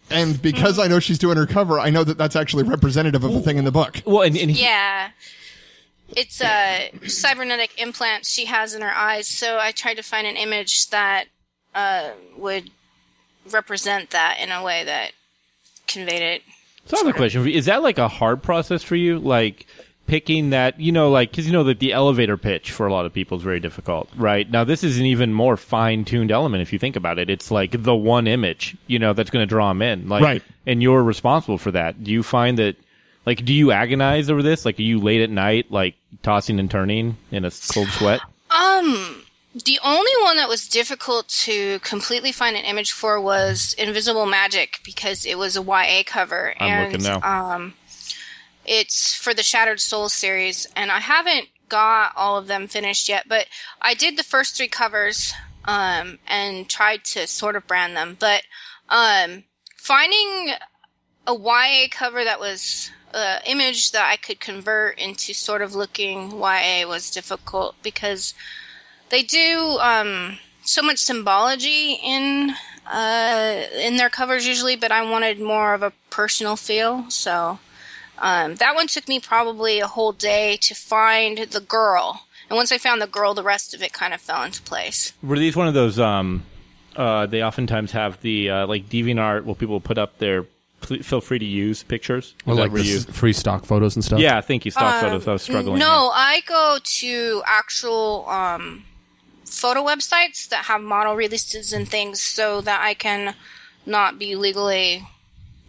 S2: And because I know she's doing her cover, I know that that's actually representative of the thing in the book.
S3: well and, and he-
S5: yeah. It's uh, cybernetic implants she has in her eyes, so I tried to find an image that uh, would represent that in a way that conveyed it.
S3: So I have a question for you. Is that like a hard process for you? Like picking that, you know, like, cause you know that the elevator pitch for a lot of people is very difficult, right? Now, this is an even more fine tuned element if you think about it. It's like the one image, you know, that's going to draw them in. Like,
S2: Right.
S3: and you're responsible for that. Do you find that, like, do you agonize over this? Like, are you late at night, like, tossing and turning in a cold sweat?
S5: The only one that was difficult to completely find an image for was Invisible Magic because it was a YA cover.
S3: I'm
S5: and,
S3: looking now.
S5: Um, it's for the Shattered Souls series, and I haven't got all of them finished yet, but I did the first three covers um, and tried to sort of brand them. But um, finding a YA cover that was uh, image that I could convert into sort of looking YA was difficult because they do um, so much symbology in uh, in their covers usually, but I wanted more of a personal feel. So um, that one took me probably a whole day to find the girl, and once I found the girl, the rest of it kind of fell into place.
S3: Were these one of those? Um, uh, they oftentimes have the uh, like DeviantArt where people put up their pl- feel free to use pictures.
S4: Or
S3: Is that
S4: like
S3: where
S4: the
S3: you-
S4: s- free stock photos and stuff.
S3: Yeah, thank you. Stock photos. I was struggling.
S5: Um, No, I go to actual um, photo websites that have model releases and things, so that I can not be legally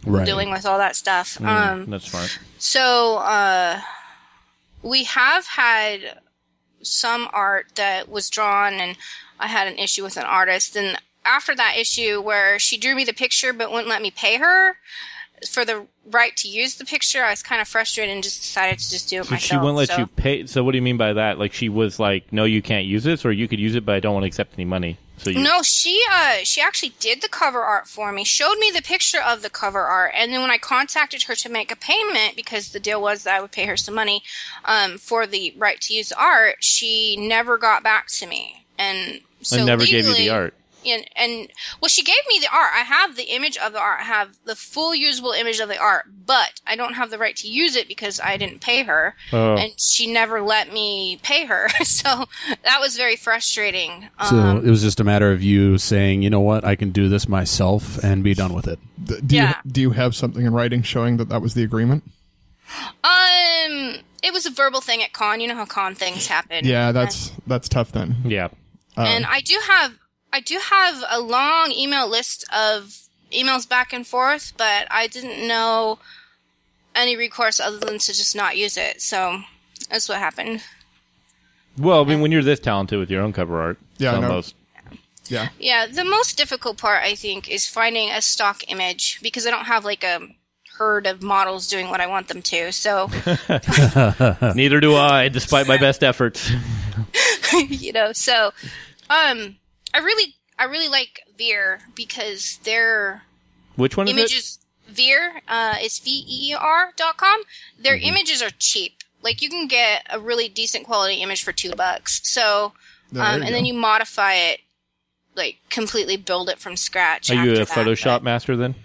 S4: right.
S5: dealing with all that stuff. Um,
S3: That's smart.
S5: So uh, we have had some art that was drawn, and I had an issue with an artist. And after that issue, where she drew me the picture but wouldn't let me pay her for the right to use the picture, I was kind of frustrated and just decided to just do it
S3: So
S5: myself.
S3: she wouldn't let
S5: so-
S3: you pay. So what do you mean by that? Like she was like, "No, you can't use this," or "You could use it, but I don't want to accept any money." So you,
S5: No, she uh she actually did the cover art for me, showed me the picture of the cover art, and then when I contacted her to make a payment because the deal was that I would pay her some money um for the right to use the art, she never got back to me. And so
S3: I never gave you
S5: legally-
S3: the art.
S5: And, and well, she gave me the art. I have the image of the art. I have the full usable image of the art, but I don't have the right to use it because I didn't pay her,
S3: Oh.
S5: and she never let me pay her. (laughs) So that was very frustrating. um,
S4: So it was just a matter of you saying, you know what, I can do this myself and be done with it.
S2: D- do
S5: Yeah.
S2: you do you have something in writing showing that that was the agreement?
S5: Um, it was a verbal thing at con. You know how con things happen.
S2: Yeah, that's that's tough then.
S3: Yeah.
S5: And I do have, I do have a long email list of emails back and forth, but I didn't know any recourse other than to just not use it. So that's what happened.
S3: Well, I mean, when you're this talented with your own cover art,
S2: Yeah, I
S3: it's
S2: know.
S3: almost.
S2: Yeah.
S5: Yeah, the most difficult part I think is finding a stock image because I don't have like a herd of models doing what I want them to. So (laughs)
S3: Neither do I, despite my best efforts. (laughs)
S5: you know so um i really i really like veer because their
S3: Which
S2: Mm-hmm.
S3: one is it?
S5: images veer uh it's v-e-e-r dot com their
S2: Mm-hmm.
S5: images are cheap like you can get a really decent quality image for two bucks
S2: Oh,
S5: so
S2: There
S5: um
S2: you
S5: and then
S2: go.
S5: you modify it like completely build it from scratch
S3: Are you
S5: after
S3: a
S5: that,
S3: Photoshop
S5: but-
S3: master then?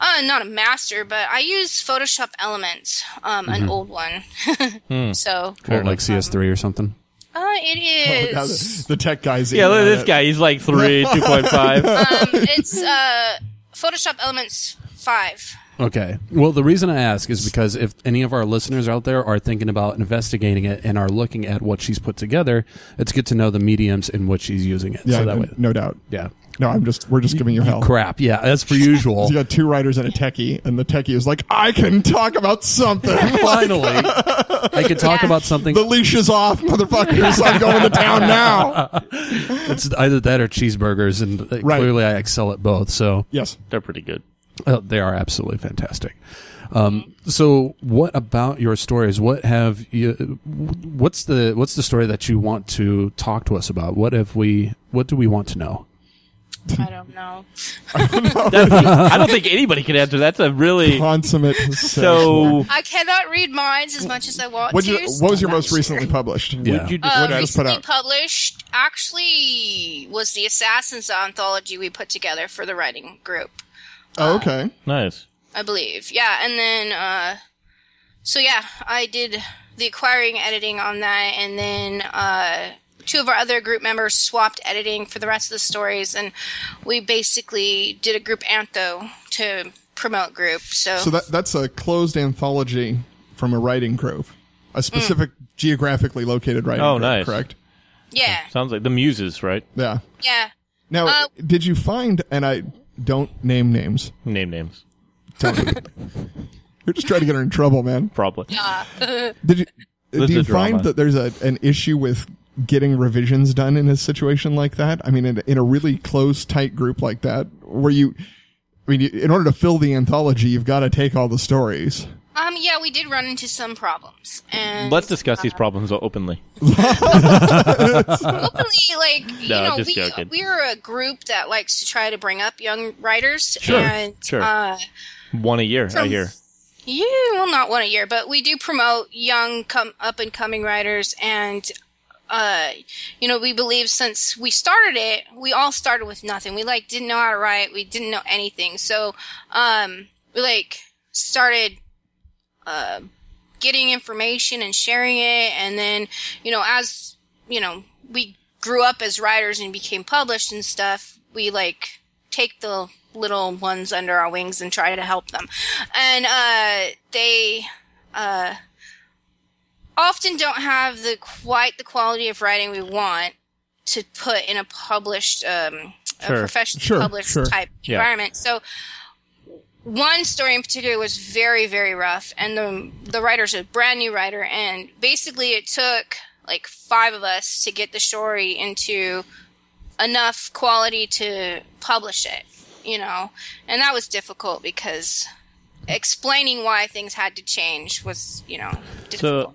S5: uh not a master but i use photoshop elements um
S2: Mm-hmm.
S5: an old one (laughs)
S2: Hmm.
S5: so
S4: Well, like CS3 or something.
S5: uh
S2: (laughs)
S5: it is
S2: Yeah, the, the tech guys. uh,
S3: Yeah, look at
S2: eating
S3: this
S2: it.
S3: guy. He's
S2: (laughs)
S3: like three, two point five.
S5: um, it's uh, Photoshop Elements Five.
S4: Okay. Well, the reason I ask is because if any of our listeners out there are thinking about investigating it and are looking at what she's put together, it's good to know the mediums in which she's using it.
S2: Yeah,
S4: so that
S2: no,
S4: way,
S2: no doubt.
S4: yeah.
S2: No, I'm just we're just giving you hell.
S4: Crap. Yeah, as per usual.
S2: (laughs) You got two writers and a techie, and the techie is like, I can talk about something.
S4: Finally, I could talk
S5: Yeah.
S4: about something.
S2: the leash is off, motherfuckers. I'm going to town now.
S4: It's either that or cheeseburgers, and uh,
S2: Right.
S4: clearly I excel at both. So
S2: Yes.
S3: They're pretty good.
S4: Uh, they are absolutely fantastic. Um, so, what about your stories? What have you? What's the What's the story that you want to talk to us about? What have we? What do we want to know?
S5: I don't know.
S3: That's, I don't think anybody can answer. That's
S2: (laughs)
S3: a really
S2: Consummate.
S3: so.
S5: I cannot read minds as much as I want
S2: What,
S5: to.
S2: you,
S5: so
S2: what was your
S5: I'm not
S2: most
S5: sure.
S2: recently published?
S4: Yeah.
S3: Would you
S5: Uh,
S3: describe?
S2: I just put
S5: recently
S2: out?
S5: published actually was the Assassin's anthology we put together for the writing group,
S2: Oh, okay.
S3: nice.
S5: I believe. Yeah, and then uh, so yeah, I did the acquiring editing on that, and then uh, two of our other group members swapped editing for the rest of the stories, and we basically did a group antho to promote group. So,
S2: So that that's a closed anthology from a writing grove, a specific geographically located writing
S3: Oh,
S2: grove,
S3: nice.
S2: correct?
S5: yeah,
S3: Sounds like the Muses, right?
S2: Yeah.
S5: yeah.
S2: Now,
S5: Uh,
S2: did you find, and I don't name names,
S3: Name names,
S2: Don't. You're just trying to get her in trouble, man.
S3: probably.
S2: Did you,
S3: Live
S2: do you
S3: the drama.
S2: find that there's a, an issue with getting revisions done in a situation like that? I mean, in, in a really close, tight group like that, where you, I mean, you, in order to fill the anthology, you've got to take all the stories.
S5: Um, yeah, we did run into some problems, and
S3: Let's discuss these problems openly. (laughs)
S5: openly like you
S3: No,
S5: know
S3: just
S5: we
S3: joking.
S5: we are a group that likes to try to bring up young writers,
S3: Sure,
S5: and
S3: sure.
S5: uh,
S3: One a year, I hear.
S5: Yeah, well, not one a year, but we do promote young, come up and coming writers, and uh, you know, we believe since we started it, we all started with nothing. We like didn't know how to write, we didn't know anything, so um, we like started uh, getting information and sharing it, and then you know, as you know, we grew up as writers and became published and stuff. We like take the little ones under our wings and try to help them. And uh, they uh, often don't have the quite the quality of writing we want to put in a published, um,
S3: Sure.
S5: a professional
S2: Sure,
S5: published
S2: sure.
S5: type
S3: Yeah.
S5: environment. So one story in particular was very very rough and the the writer's a brand new writer and basically it took like five of us to get the story into enough quality to publish it you know and that was difficult because explaining why things had to change was you know
S3: So,
S5: difficult.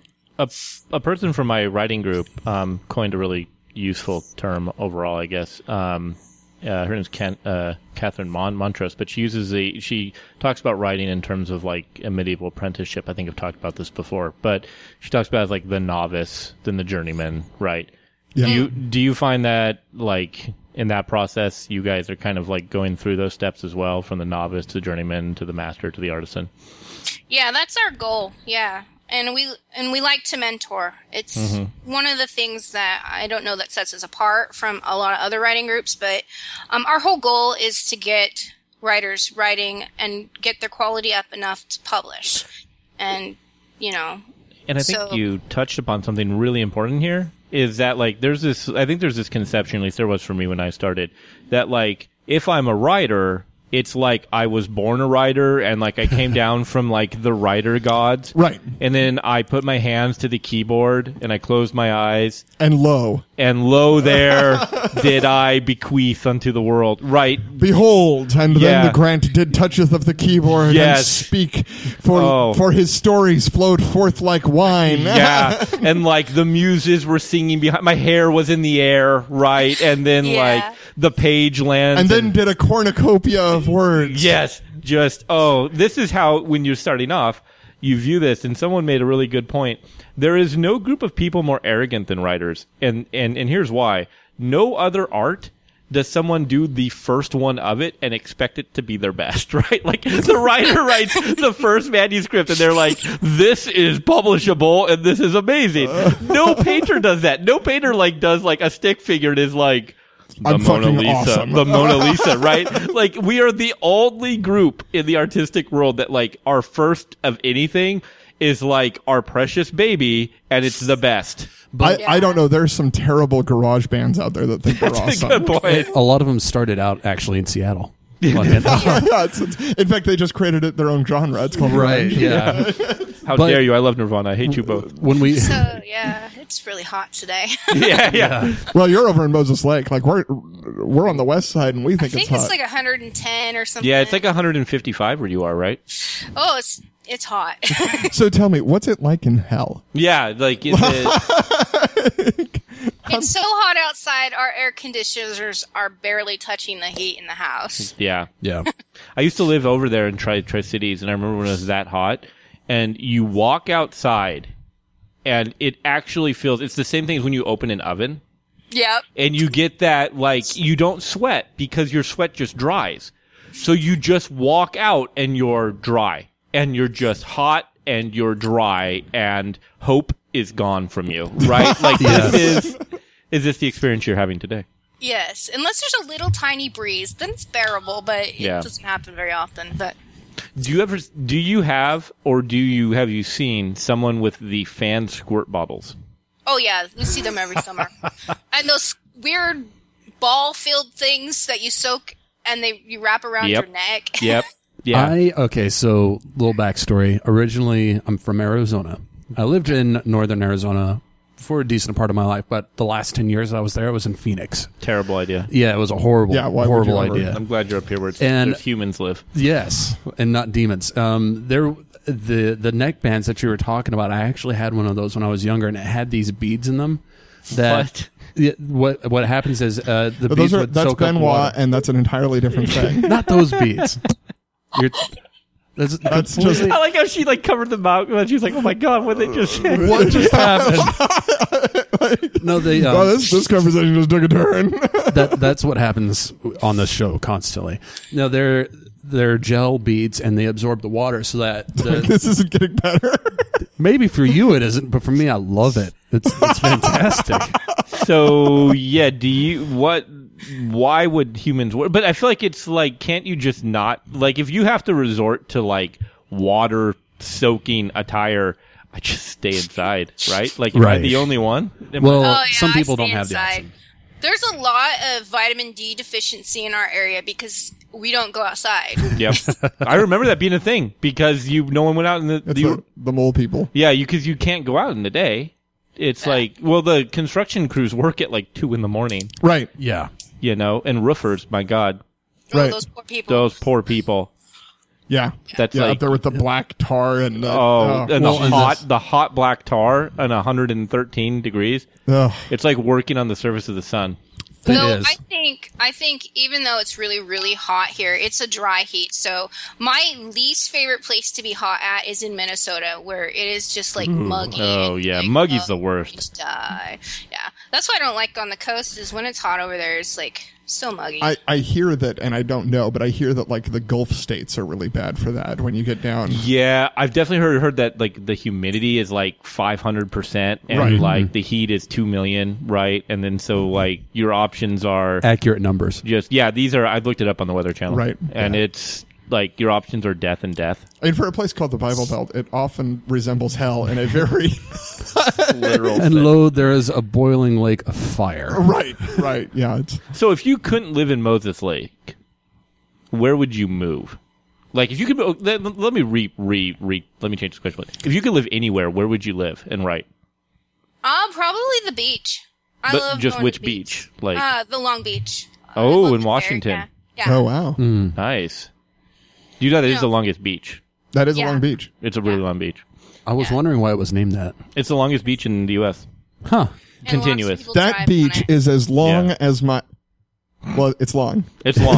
S3: a, a person from my writing group um, coined a really useful term overall, I guess. Um, uh, her name's Ken, uh, Catherine Mon- Montrose, but she uses the she talks about writing in terms of like a medieval apprenticeship. I think I've talked about this before, but she talks about it as like the novice, then the journeyman, right?
S2: Yeah.
S3: Do you do you find that like in that process, you guys are kind of like going through those steps as well, from the novice to the journeyman to the master to the artisan?
S5: Yeah, that's our goal. Yeah. And we and we like to mentor. It's
S2: Mm-hmm.
S5: one of the things that I don't know that sets us apart from a lot of other writing groups, but um, our whole goal is to get writers writing and get their quality up enough to publish. And you know,
S3: And I think
S5: So-
S3: you touched upon something really important here is that like there's this I think there's this conception, at least there was for me when I started, that like if I'm a writer, it's like I was born a writer and like
S2: (laughs)
S3: I came down from like the writer gods.
S2: Right.
S3: And then I put my hands to the keyboard and I closed my eyes
S2: and lo,
S3: and
S2: (laughs)
S3: lo there did I bequeath unto the world. Right.
S2: behold, and
S3: Yeah.
S2: then the grant did toucheth of the keyboard
S3: Yes.
S2: and speak, for
S3: Oh.
S2: for his stories flowed forth like wine.
S3: yeah and like the muses were singing behind my hair was in the air right and then
S5: Yeah.
S3: like the page
S2: (laughs)
S3: lands
S2: and then did a cornucopia of words.
S3: yes just oh this is how when you're starting off you view this and someone made a really good point there is no group of people more arrogant than writers and and and here's why no other art does someone do the first one of it and expect it to be their best, (laughs) right? Like the writer writes the first manuscript and they're like, this is publishable and this is amazing. No painter does that. No painter like does like a stick figure and is like, the
S2: I'm
S3: Mona
S2: fucking
S3: Lisa,
S2: awesome.
S3: the
S2: (laughs)
S3: Mona Lisa, right? like we are the only group in the artistic world that like our first of anything is like our precious baby and it's the best.
S2: I, I don't know. There's some terrible garage bands out there that think they're (laughs) awesome.
S3: Good point.
S4: A lot of them started out actually in Seattle. Fucking-
S2: (laughs) yeah, it's, it's- in fact, they just created it their own genre. It's called
S4: right.
S2: grunge.
S4: Yeah.
S3: How
S4: But-
S3: dare you? I love Nirvana. I hate you both.
S4: When we
S5: so yeah, it's really hot today. (laughs) I
S3: (laughs) yeah, yeah.
S2: Well, you're over in Moses Lake. Like we're we're on the west side, and we think
S5: think
S2: it's hot.
S5: it's like 110 or something.
S3: Yeah, it's like 155 where you are, right?
S5: oh, it's
S2: (laughs)
S5: it's hot. (laughs)
S2: so tell me, what's it like in hell?
S3: Yeah, like
S2: (laughs)
S3: in the,
S5: it's so hot outside. Our air conditioners are barely touching the heat in the house.
S3: yeah.
S4: yeah.
S3: I used to live over there in Tri Tri Cities, and I remember when it was that hot. And you walk outside, and it actually feels. It's the same thing as when you open an oven,
S5: Yep.
S3: and you get that like you don't sweat because your sweat just dries. So you just walk out, and you're dry, and you're just hot, and you're dry, and hope is gone from you.
S4: (laughs)
S3: Right? Like this is. Is this the experience you're having today?
S5: Yes, unless there's a little tiny breeze, then it's bearable, but it
S3: Yeah.
S5: doesn't happen very often. But
S3: Do you ever do you have or do you have you seen someone with the fan squirt bottles?
S5: oh yeah, we see them every
S4: (laughs)
S5: summer, and those weird ball-filled things that you soak and they you wrap around
S3: Yep.
S5: your neck.
S3: Yep. Yeah.
S4: I okay, so little backstory. Originally, I'm from Arizona. I lived in northern Arizona for a decent part of my life, but the last ten years I was there, I was in Phoenix.
S3: Terrible idea.
S4: Yeah, it was a horrible,
S2: Yeah, why would
S4: horrible
S2: you ever-
S4: idea.
S3: I'm glad you're up here where it's,
S4: And-
S3: there's humans live.
S4: Yes, and not demons. Um, there, the the neck bands that you were talking about, I actually had one of those when I was younger, and it had these beads in them. That
S3: What?
S4: Yeah, what what happens is uh, the
S2: But
S4: beads
S2: those are
S4: would
S2: that's
S4: soak up
S2: Benoit,
S4: water.
S2: and that's an entirely different
S4: (laughs)
S2: thing.
S4: Not those
S2: (laughs)
S4: beads. You're, that's
S2: That's just-
S4: completely-
S3: I like how she like covered the mouth and she was like, "Oh my god, what they just said."
S2: what just happened?
S4: (laughs) no, they. Um,
S2: Oh, this this conversation just took a turn. (laughs)
S4: that that's what happens on the show constantly. No, they're they're gel beads and they absorb the water so that the,
S2: (laughs) this isn't getting better.
S4: maybe for you it isn't, but for me I love it. It's
S2: (laughs)
S4: it's fantastic.
S3: So yeah, do you what? Why would humans? wear- But I feel like it's like, can't you just not like if you have to resort to like water soaking attire? I just stay inside, right? Like, am I
S4: Right.
S3: the only one? Am I-
S4: Well,
S5: (laughs) Oh, yeah,
S4: some
S5: I
S4: people don't
S5: stay
S4: have
S5: inside.
S4: the option.
S5: There's a lot of vitamin D deficiency in our area because we don't go outside.
S4: (laughs)
S3: Yep. I remember that being a thing because you no one went out in the,
S2: It's
S3: you-
S2: the, the mole people.
S3: yeah you because you can't go out in the day. It's like well the construction crews work at like two in the morning,
S2: Right,
S4: Yeah.
S3: you know, and roofers. My God,
S5: All
S2: Right.
S5: Oh, those poor people.
S3: those poor people.
S2: Yeah,
S3: That's
S2: yeah,
S3: like-
S2: up there with the black tar and the,
S3: Oh,
S2: uh,
S3: and
S2: well,
S3: the hot, the hot black tar and 113 degrees.
S2: ugh.
S3: It's like working on the surface of the sun.
S5: No,
S4: is.
S5: I think I think even though it's really really hot here, it's a dry heat. So my least favorite place to be hot at is in Minnesota, where it is just like muggy.
S3: Oh,
S5: and,
S3: yeah,
S5: like,
S3: muggy's
S5: oh,
S3: the worst.
S5: you just Die. Yeah, that's what I don't like on the coast is when it's hot over there. It's like so muggy.
S2: I, I hear that, and I don't know, but I hear that like the Gulf states are really bad for that when you get down.
S3: Yeah, I've definitely heard heard that like the humidity is like 500% and
S2: Right.
S3: like the heat is 2 million, right? And then so like your options are
S4: Accurate numbers.
S3: just yeah, these are I've looked it up on the weather channel.
S2: Right,
S3: And
S2: yeah.
S3: it's like your options are death and death.
S2: And for a place called the Bible Belt, it often resembles hell in a
S5: (laughs)
S2: very
S3: Literal.
S4: And lo, there is a boiling lake of fire.
S2: right, right, yeah. It's,
S3: so if you couldn't live in Moses Lake, where would you move? Like if you could oh, let, let me re re re let me change this question. If you could live anywhere, where would you live and right?
S5: Uh, probably the beach. I
S3: But
S5: love
S3: just
S5: going to
S3: which
S5: the
S3: beach? Like-
S5: uh, the Long Beach. I
S3: Oh,
S5: love
S3: in
S5: it there,
S3: Washington.
S5: yeah. Yeah.
S2: Oh wow,
S3: Hmm. Nice. You know that is
S5: No.
S3: the longest beach.
S2: that is
S5: Yeah.
S2: Long Beach.
S3: It's a really long beach.
S4: I was wondering why it was named that.
S3: It's the longest beach in the U.S.
S4: Huh.
S5: And lots of
S3: Continuous.
S5: people drive
S2: That
S5: on
S2: beach
S5: it.
S2: is as long
S3: Yeah.
S2: as my. Well, it's long.
S3: It's
S5: (laughs)
S3: long.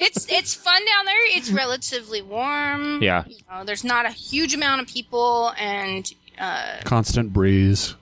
S5: It's it's fun down there. It's relatively warm.
S3: Yeah.
S5: You know, there's not a huge amount of people, and uh,
S4: Constant breeze.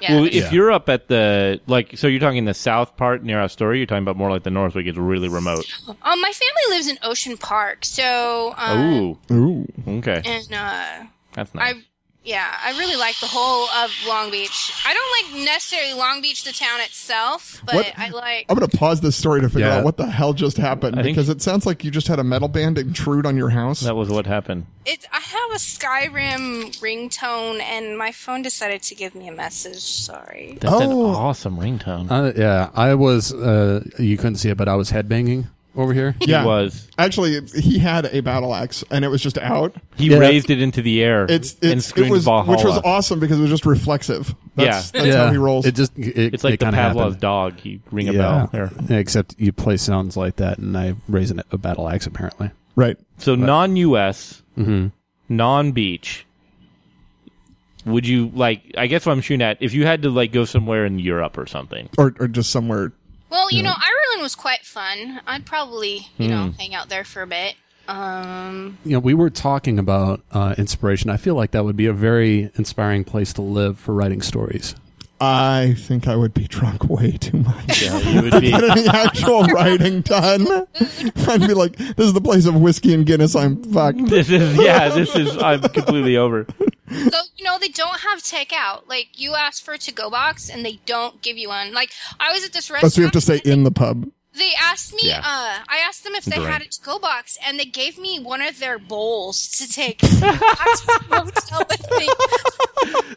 S5: yeah,
S3: well, if
S4: Yeah.
S3: you're up at the like, so you're talking the south part near Astoria. You're talking about more like the north, where it gets really remote.
S5: Um, my family lives in Ocean Park, so um,
S3: Ooh,
S2: Ooh, Oh.
S3: okay,
S5: and uh,
S3: that's nice.
S5: I yeah, I really like the whole of Long Beach. I don't like necessarily Long Beach, the town itself, but
S2: What-
S5: I like
S2: I'm gonna pause this story to figure
S4: Yeah.
S2: out what the hell just happened
S3: I think-
S2: because it sounds like you just had a metal band intrude on your house.
S3: that was what happened.
S5: it. I have a Skyrim ringtone, and my phone decided to give me a message. Sorry.
S3: That's an
S2: Oh.
S3: awesome ringtone.
S4: Uh, yeah, I was, uh, you couldn't see it, but I was headbanging over here.
S2: yeah,
S3: He was.
S2: actually he had a battle axe and it was just out.
S3: He
S4: Yeah.
S3: raised it into the air
S2: It's,
S3: and
S2: it's
S3: screamed
S2: it was
S3: Valhalla.
S2: which was awesome because it was just reflexive. That's,
S3: Yeah.
S2: that's how he rolls.
S4: It just, it,
S3: It's like
S4: it
S3: the
S4: kinda
S3: Pavlov's
S4: happened.
S3: dog. You ring a
S4: Yeah.
S3: bell. There.
S4: Except you play sounds like that, and I raise an, a battle axe, apparently.
S2: right.
S3: So non-U.S.,
S4: Mm-hmm.
S3: non-beach. Would you like? I guess what I'm shooting at, if you had to like go somewhere in Europe or something, (laughs)
S2: Or or just somewhere
S5: Well, you know, Ireland was quite fun. I'd probably, you know,
S2: Hmm.
S5: hang out there for a bit. Um,
S4: You know, we were talking about uh, inspiration. I feel like that would be a very inspiring place to live for writing stories.
S2: I think I would be drunk way too
S3: (laughs)
S2: much.
S3: yeah,
S2: (laughs)
S3: you would be.
S2: Any actual writing done. I'd be like, this is the place of whiskey and Guinness. I'm fucked.
S3: This is yeah. This is I'm completely over.
S5: so you know, they don't have takeout. Like you ask for a to-go box, and they don't give you one. Like I was at this
S2: Oh,
S5: restaurant.
S2: so you have to stay in the pub.
S5: They asked me.
S3: Yeah.
S5: Uh, I asked them if they had a
S3: Drink.
S5: to-go box, and they gave me one of their bowls to
S2: (laughs)
S5: take back to the hotel with me.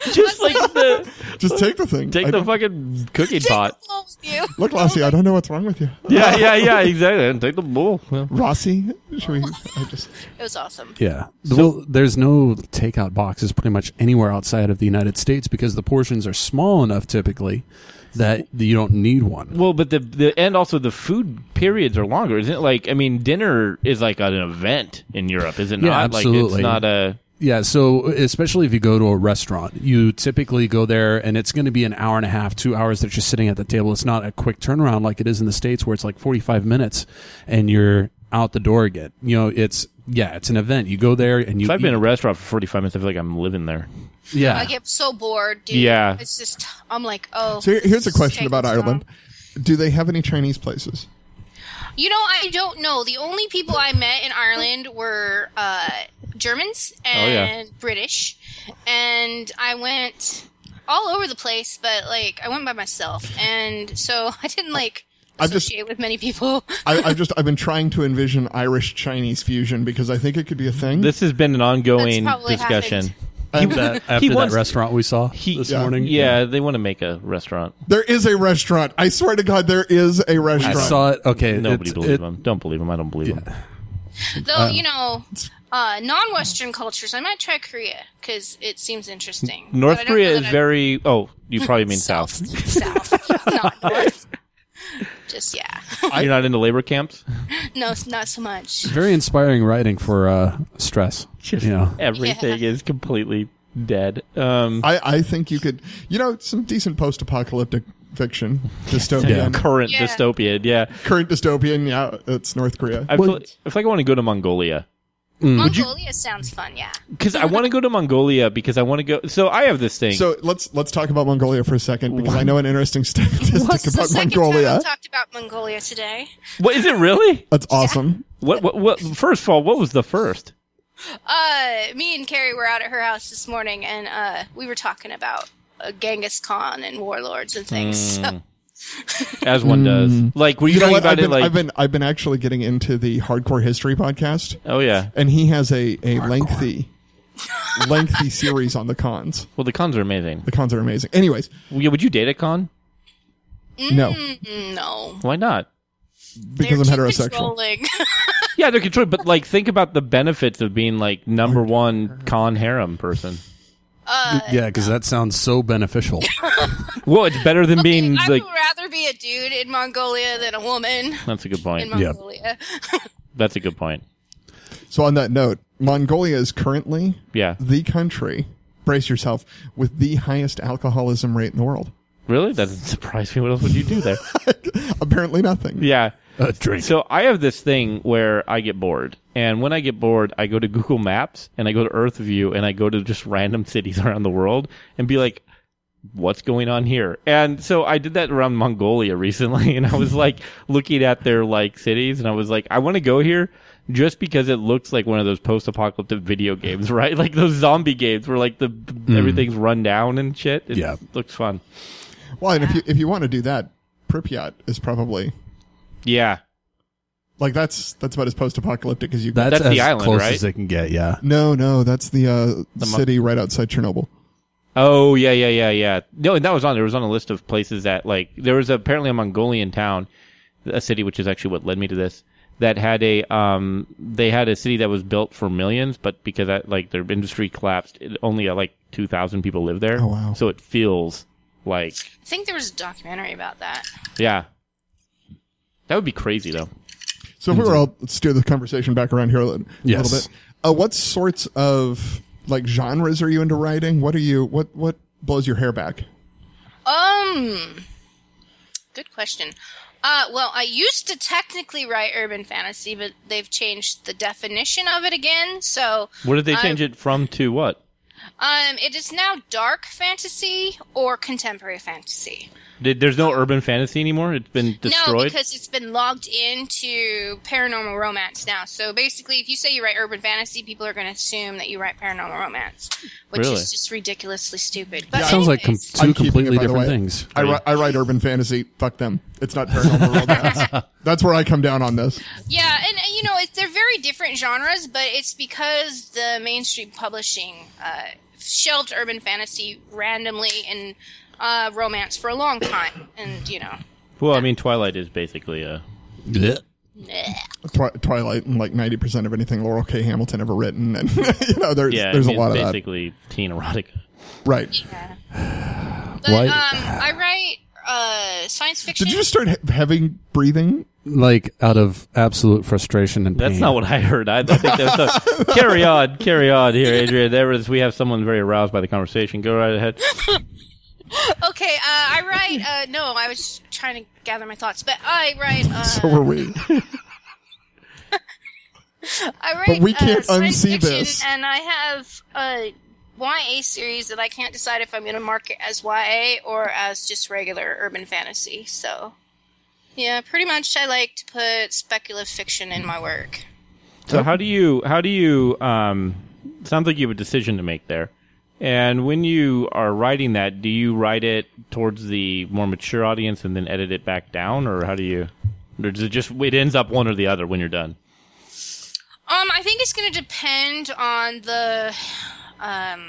S2: (laughs)
S3: Just like the
S2: Just take the thing.
S3: take
S2: I
S3: the
S2: don't-
S3: fucking cookie
S5: Take
S3: pot.
S5: the bowl with you.
S2: Look, Lassie, I don't know what's wrong with you. (laughs)
S3: Yeah, yeah, yeah. Exactly. And take the bowl. Yeah.
S2: Rossi, should we? I just
S5: It was awesome.
S4: Yeah. well, there's no takeout boxes pretty much anywhere outside of the United States because the portions are small enough typically that you don't need one.
S3: Well, but the the and also the food periods are longer, isn't it? Like, I mean, dinner is like an event in Europe, is it
S4: Yeah,
S3: not? Like, it's
S4: absolutely.
S3: not a
S4: Yeah. So, especially if you go to a restaurant, you typically go there and it's going to be an hour and a half, two hours that you're sitting at the table. It's not a quick turnaround like it is in the States where it's like 45 minutes and you're out the door again. You know, it's, yeah, it's an event. You go there and you.
S3: If I've been in
S4: eat-
S3: a restaurant for 45 minutes, I feel like I'm living there.
S4: yeah.
S3: (laughs)
S5: I get so bored, dude.
S3: Yeah.
S5: It's just I'm like, oh.
S2: so here- here's a
S5: this is
S2: question
S5: taking
S2: about
S5: so
S2: Ireland.
S5: long.
S2: Do they have any Chinese places?
S5: You know, I don't know. The only people I met in Ireland were uh, Germans
S3: Oh,
S5: and British, and I went all over the place. But like, I went by myself, and so (laughs) I didn't like
S2: I've just-
S5: associate with
S3: (laughs)
S5: many people.
S2: I, I've just I've been trying to envision Irish Chinese fusion because I think it could be a thing.
S3: This has been an ongoing
S5: That's probably
S3: discussion.
S5: happened.
S2: And
S5: (laughs)
S4: that, after
S3: he
S4: that
S3: wants-
S4: restaurant we saw
S3: He-
S4: this
S3: yeah.
S4: morning.
S3: Yeah, they want to make a restaurant.
S2: there is a restaurant. I swear to God, there is a
S4: I
S2: restaurant.
S4: saw it. Okay.
S3: Nobody
S4: it's-
S3: believes
S4: it-
S3: him. Don't believe him. I don't believe him.
S5: Though you know, uh, non-Western cultures, I might try Korea because it seems interesting. But
S3: North
S5: I don't
S3: Korea
S5: know
S3: is
S5: that I-
S3: very. Oh, you probably
S5: (laughs)
S3: mean south. (laughs)
S5: south, not north. Just yeah. (laughs)
S3: You're not into labor camps.
S5: No, s- not so much.
S4: Very inspiring writing for uh,
S3: (laughs)
S4: stress. you know,
S3: Everything is completely dead. Um,
S2: I, I think you could, you know, some decent post-apocalyptic fiction, dystopian,
S3: current
S5: Yeah.
S3: dystopian. Yeah.
S2: current dystopian. Yeah, it's North Korea.
S3: I feel, I feel like I want to go to Mongolia.
S2: Hmm.
S5: Mongolia sounds fun, yeah.
S3: Because I want to go to Mongolia because I want to go. So I have this thing.
S2: So let's let's talk about Mongolia for a second because I know an interesting (laughs) statistic
S5: This is the
S2: about
S5: second time
S2: Mongolia.
S5: we talked about Mongolia today.
S3: what is it really?
S2: That's awesome.
S3: What, what? What? First of all, what was the first?
S5: Uh, me and Carrie were out at her house this morning, and uh, we were talking about uh, Genghis Khan and warlords and
S2: Hmm.
S5: things. So,
S3: As one does. Like, were you,
S2: You know
S3: talking
S2: what?
S3: about
S2: I've been,
S3: it? Like,
S2: I've been I've been actually getting into the hardcore history podcast,
S3: oh yeah.
S2: and he has a a lengthy lengthy series on the cons.
S3: Well, the cons are amazing.
S2: The cons are amazing. Anyways,
S3: Yeah, would you date a con?
S2: no,
S5: no,
S3: Why not?
S2: because I'm
S5: Mm, They're too
S2: heterosexual. (laughs)
S5: controlling.
S3: Yeah, they're controlled, but like, think about the benefits of being like number one con harem person.
S5: Uh,
S4: yeah, because that sounds so
S5: (laughs)
S4: beneficial.
S3: Well, it's better than being
S5: I
S3: like.
S5: would rather be a dude in Mongolia than a woman
S3: That's a good
S5: in
S3: point.
S4: Yeah.
S5: Mongolia. (laughs)
S3: That's a good point.
S2: So on that note, Mongolia is currently
S3: Yeah.
S2: the country. Brace yourself with the highest alcoholism rate in the world.
S3: Really? That doesn't surprise me. What else would you do there? (laughs)
S2: Apparently, nothing.
S3: yeah.
S4: A drink.
S3: So I have this thing where I get bored. And when I get bored, I go to Google Maps and I go to Earth View and I go to just random (laughs) cities around the world and be like, what's going on here? And so I did that around Mongolia (laughs) recently and I was like looking at their like cities and I was like, I want to go here just because it looks like one of those post-apocalyptic video games, (laughs) right? Like those zombie games where like the everything's run down and shit. It
S4: Yeah.
S3: looks fun.
S2: Well, and if you if you want to do that, Pripyat is probably
S3: Yeah.
S2: like that's that's about as post-apocalyptic as you. get.
S4: that's
S3: That's
S4: as
S3: the island,
S4: close
S3: right?
S4: as they can get. Yeah,
S2: no, no, that's the, uh,
S3: mon-
S2: city right outside Chernobyl.
S3: Oh yeah, yeah, yeah, yeah. No, and that was on. There was on a list of places that like there was apparently a Mongolian town, a city which is actually what led me to this. That had a um, they had a city that was built for millions, but because that like their industry collapsed, it, only uh, like two thousand people live there.
S2: Oh, wow.
S3: So it feels like
S5: I think there was a documentary about that.
S3: yeah, that would be crazy though.
S2: So if we were all let's steer the conversation back around here a little,
S4: Yes.
S2: little bit. Uh, what sorts of like genres are you into writing? What are you what what blows your hair back?
S5: Um, good question. Uh, well, I used to technically write urban fantasy, but they've changed the definition of it again. So,
S3: What did they
S5: I-
S3: change it from to what?
S5: um, it is now dark fantasy or contemporary fantasy.
S3: Did, there's no urban fantasy anymore. It's been destroyed.
S5: No, because it's been logged into paranormal romance now. So basically, if you say you write urban fantasy, people are going to assume that you write paranormal romance, which
S3: Really?
S5: is just ridiculously stupid. But
S4: sounds like com-
S5: anyways,
S4: two
S2: keeping it,
S4: completely
S2: by the
S4: different
S2: way.
S4: things.
S2: I, ri- I write urban fantasy. Fuck them. It's not paranormal
S4: (laughs)
S2: romance. That's where I come down on this.
S5: yeah, and uh, you know it, they're very different genres, but it's because the mainstream publishing uh, shelved urban fantasy randomly in uh, romance for a long time, and you know.
S3: well, I mean, Twilight is basically a
S4: Blech.
S5: bleh.
S2: Twi- Twilight and like ninety percent of anything Laurel K. Hamilton ever written, and (laughs) you know there's
S3: yeah. I
S2: there's a
S3: mean,
S2: lot of that,
S3: basically teen erotica.
S2: right?
S5: But
S4: Why-
S5: um, I write uh, science fiction.
S2: Did you just start he- heavy breathing?
S4: Like out of absolute frustration and pain.
S3: That's not what I heard. I, I think that was a, carry on, carry on here, Adrian. There is, we have someone very aroused by the conversation. Go right ahead.
S5: Okay, uh, I write. Uh, no, I was trying to gather my thoughts, but I write.
S2: (laughs)
S5: Uh,
S2: So were
S5: (laughs)
S2: we.
S5: I write.
S2: we can't
S5: uh, science
S2: unsee
S5: fiction,
S2: this.
S5: And I have a YA series that I can't decide if I'm going to mark it as YA or as just regular urban fantasy. So, yeah, pretty much I like to put speculative fiction in my work.
S3: So how do you how do you um sounds like you have a decision to make there. And when you are writing that, do you write it towards the more mature audience and then edit it back down or how do you or does it just it ends up one or the other when you're done?
S5: Um, I think it's going to depend on the. Um,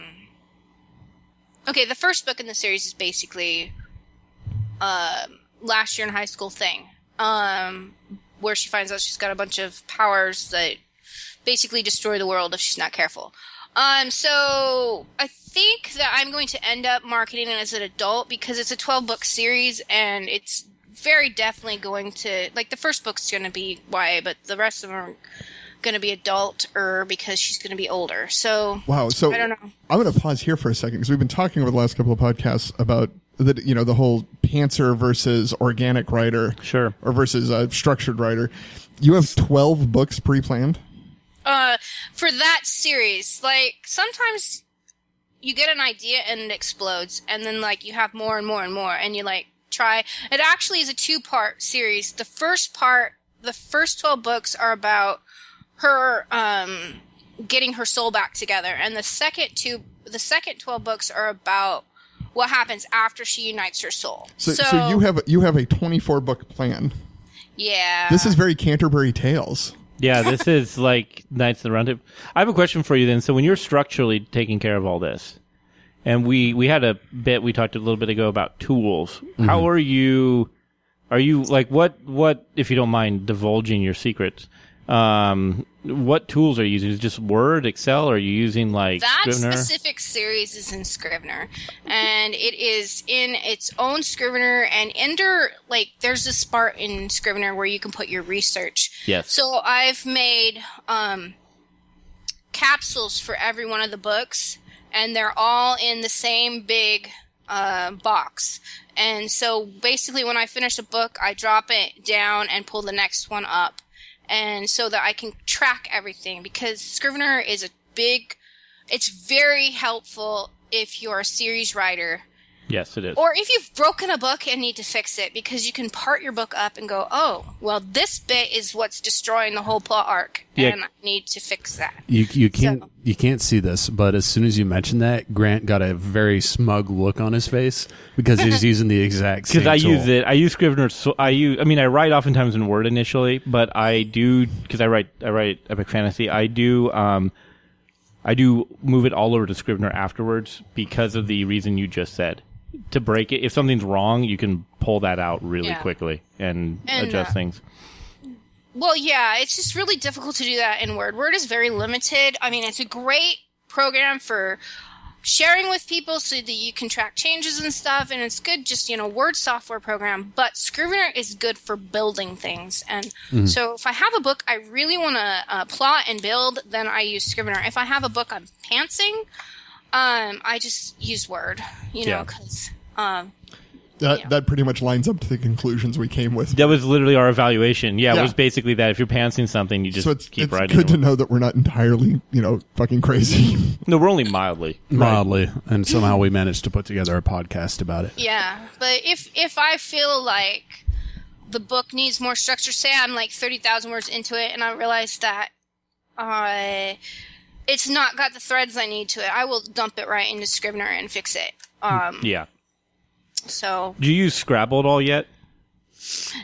S5: okay, the first book in the series is basically um last year in high school thing, um, where she finds out she's got a bunch of powers that basically destroy the world if she's not careful. Um, so I think that I'm going to end up marketing it as an adult because it's a 12 book series and it's very definitely going to like the first book's going to be YA, but the rest of them are going to be adult or because she's going to be older. So
S2: Wow. So
S5: I don't know.
S2: am going to pause here for a second because we've been talking over the last couple of podcasts about the you know the whole pantser versus organic writer,
S3: Sure.
S2: or versus uh, structured writer. You have twelve books pre-planned.
S5: uh, for that series, like sometimes you get an idea and it explodes, and then like you have more and more and more, and you like try. It actually is a two part series. The first part, the first 12 books are about her, um, getting her soul back together, and the second two, the second 12 books are about what happens after she unites her soul.
S2: So, so, you have you have a twenty-four book plan.
S5: yeah.
S2: This is very Canterbury Tales.
S3: Yeah, this is like Knights of the Round Table. I have a question for you then. So when you're structurally taking care of all this, and we we had a bit we talked a little bit ago about tools. How are you? Are you like what what if you don't mind divulging your secrets? Um, what tools are you using? Is it just Word, Excel? Or are you using like
S5: That
S3: Scrivener?
S5: specific series is in Scrivener, and it is in its own Scrivener. And under like, there's this part in Scrivener where you can put your research.
S3: Yes.
S5: So I've made um, capsules for every one of the books, and they're all in the same big uh, box. And so basically, when I finish a book, I drop it down and pull the next one up, and so that I can track everything because Scrivener is a big it's very helpful if you're a series writer
S3: yes, it is.
S5: or if you've broken a book and need to fix it because you can part your book up and go, oh, well, this bit is what's destroying the whole plot arc
S3: Yeah.
S5: and I need to fix that.
S4: You you can't
S5: So-
S4: you can't see this, but as soon as you mentioned that, Grant got a very smug look on his face because
S2: (laughs)
S4: he's using the exact same.
S3: because I
S4: tool.
S3: use it. I use Scrivener. So I use. I mean, I write oftentimes in Word initially, but I do because I write. I write epic fantasy. I do. Um, I do move it all over to Scrivener afterwards because of the reason you just said. To break it, if something's wrong, you can pull that out really
S5: Yeah.
S3: quickly and,
S5: And,
S3: adjust
S5: uh,
S3: things.
S5: Well, yeah, it's just really difficult to do that in Word. Word is very limited. I mean, it's a great program for sharing with people so that you can track changes and stuff and it's good just you know word software program but scrivener is good for building things and so if i have a book i really want to uh, plot and build then i use scrivener if i have a book i'm pantsing um i just use word you know
S3: Yeah.
S5: because um
S2: That
S5: Yeah.
S2: that pretty much lines up to the conclusions we came with.
S3: That was literally our evaluation. Yeah,
S2: Yeah.
S3: it was basically that. If you're pantsing something, you just
S2: So it's,
S3: keep
S2: it's
S3: writing.
S2: good to know that we're not entirely you know fucking
S5: (laughs)
S2: crazy.
S3: No, we're only
S2: (laughs)
S3: mildly.
S4: mildly, and somehow we managed to put together a podcast about it.
S5: Yeah, but if if I feel like the book needs more structure, say I'm like thirty thousand words into it, and I realize that uh, it's not got the threads I need to it, I will dump it right into Scrivener and fix it. Um,
S3: Yeah.
S5: so
S3: Do you use Scrabble at all yet?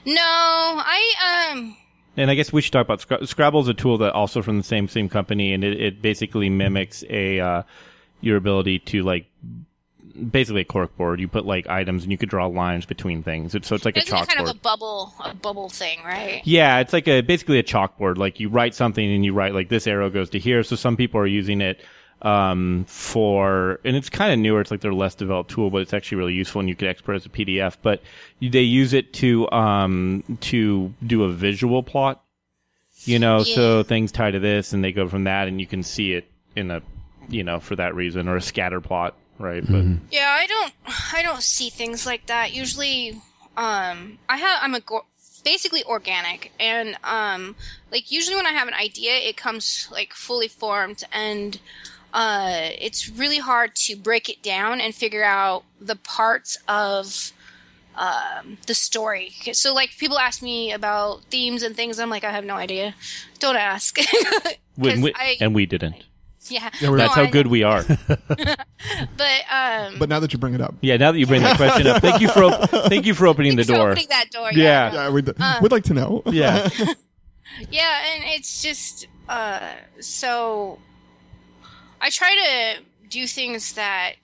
S5: no, I um
S3: And I guess we should talk about Scrabble. Scrabble is a tool that also from the same same company, and it, it basically mimics a uh, your ability to like basically a corkboard. You put like items, and you could draw lines between things. It's, so it's like a
S5: isn't it
S3: chalkboard.
S5: kind of a bubble a bubble thing, right?
S3: yeah, it's like a basically a chalkboard. Like you write something, and you write like this arrow goes to here. So some people are using it um, for, and it's kind of newer. It's like their less developed tool, but it's actually really useful, and you can export it as a PDF. But you- they use it to um, to do a visual plot you know so things tie to this and they go from that and you can see it in a you know for that reason or a scatter plot right but
S5: Yeah, I don't I don't see things like that. Usually um I have I'm a go- basically organic and um like usually when I have an idea it comes like fully formed and uh it's really hard to break it down and figure out the parts of um, the story. So, like, people ask me about themes and things. I'm like, I have no idea. Don't ask. (laughs) 'Cause
S3: and we,
S5: I-
S3: and we didn't
S5: yeah,
S2: we're-
S5: No,
S3: that's how
S5: I-
S3: good we are
S5: But um,
S2: but now that you bring it up,
S3: yeah now that you bring that question up thank you for op- thank you for opening the
S5: thanks for
S3: door
S5: opening that door.
S3: Yeah.
S2: yeah, we'd,
S5: Uh,
S2: we'd like to know.
S3: yeah
S5: Yeah, and it's just uh so I try to do things that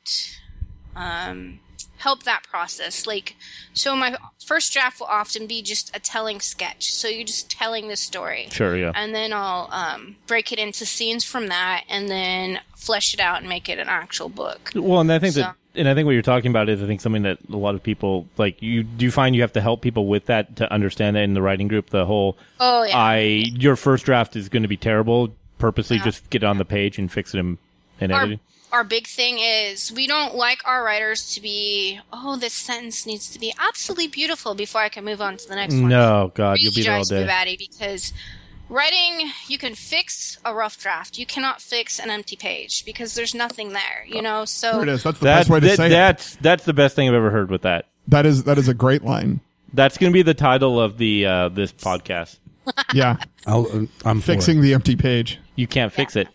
S5: um help that process. Like so my first draft will often be just a telling sketch. So you're just telling the story.
S3: sure yeah
S5: And then I'll um, break it into scenes from that and then flesh it out and make it an actual book.
S3: well and i think that and I think what you're talking about is I think something that a lot of people like you do you find you have to help people with that to understand that in the writing group the whole
S5: Oh, yeah.
S3: I your first draft is going to be terrible purposely just get it on the page and fix it in, in
S5: our,
S3: editing.
S5: our big thing is we don't like our writers to be oh this sentence needs to be absolutely beautiful before i can move on to the next one
S3: No, god, you'll
S5: really
S3: be there all
S5: drives me
S3: day.
S5: batty because writing you can fix a rough draft you cannot fix an empty page because there's nothing there you know
S2: There
S5: so
S2: it is. That's the
S3: That,
S2: best way to
S3: that-
S2: say it.
S3: that's that's the best thing I've ever heard with that.
S2: That is that is a great line.
S3: That's going to be the title of the uh, this podcast.
S2: Yeah,
S4: I'll,
S3: um,
S4: I'm
S2: fixing the empty page.
S3: You can't fix it.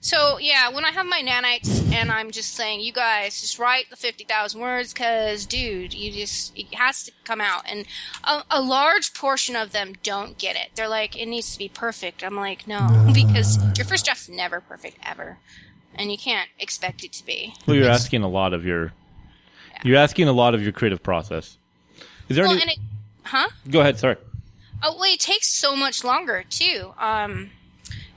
S5: so yeah when i have my nanites and i'm just saying you guys just write the 50000 words because dude you just it has to come out and a, a large portion of them don't get it they're like it needs to be perfect i'm like no, because your first draft's never perfect ever and you can't expect it to be
S3: Well, you're asking a lot of your you're asking a lot of your creative process. Is there
S5: well
S3: any?
S5: and it huh
S3: go ahead. Sorry.
S5: Oh, well, it takes so much longer too. Um,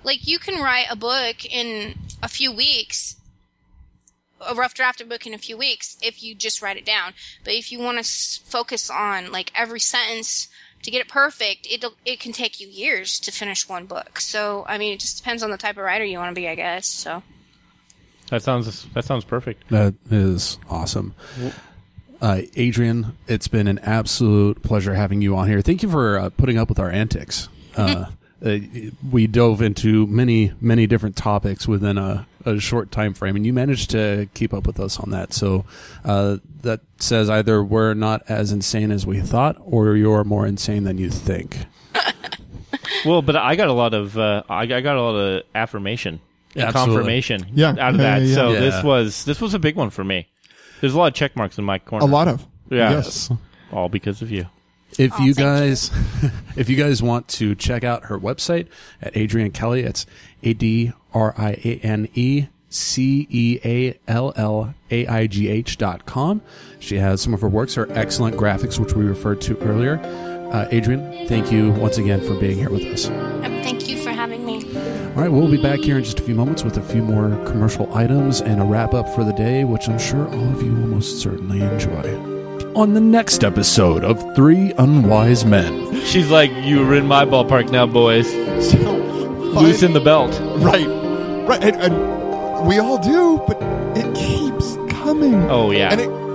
S5: like you can write a book in a few weeks, a rough draft of a book in a few weeks if you just write it down. But if you want to s- focus on like every sentence to get it perfect, it it can take you years to finish one book. So I mean, it just depends on the type of writer you want to be, I guess. So
S3: That sounds that sounds perfect.
S4: That is awesome. Uh, Adrian, it's been an absolute pleasure having you on here. Thank you for uh, putting up with our antics. Uh, uh, we dove into many, many different topics within a, a short time frame, and you managed to keep up with us on that. So uh, that says either we're not as insane as we thought, or you're more insane than you think.
S3: Well, but I got a lot of uh, I, I got a lot of affirmation, and
S4: Absolutely.
S3: confirmation,
S2: Yeah.
S3: out of
S2: Yeah,
S3: that.
S2: yeah,
S3: so
S4: yeah.
S3: this was this was a big one for me. There's a lot of check marks in my corner.
S2: A lot of
S3: Yeah.
S2: Yes.
S3: all because of you.
S4: If
S5: Aw,
S4: you
S5: thank
S4: guys, (laughs) if you guys want to check out her website at Adrian Kelly, it's A D R I A N E C E A L L A I G H dot com. She has some of her works, her excellent graphics, which we referred to earlier. Uh, Adrian, thank you once again for being here with us.
S5: um, thank you for having me.
S4: All right, we'll be back here in just a few moments with a few more commercial items and a wrap up for the day, which I'm sure all of you will most certainly enjoy. On the next episode of Three Unwise Men.
S3: She's like, you were in my ballpark now, boys.
S2: So,
S3: Loosen the belt.
S2: right, right, and, and we all do, but it keeps coming.
S3: Oh, yeah.
S2: and it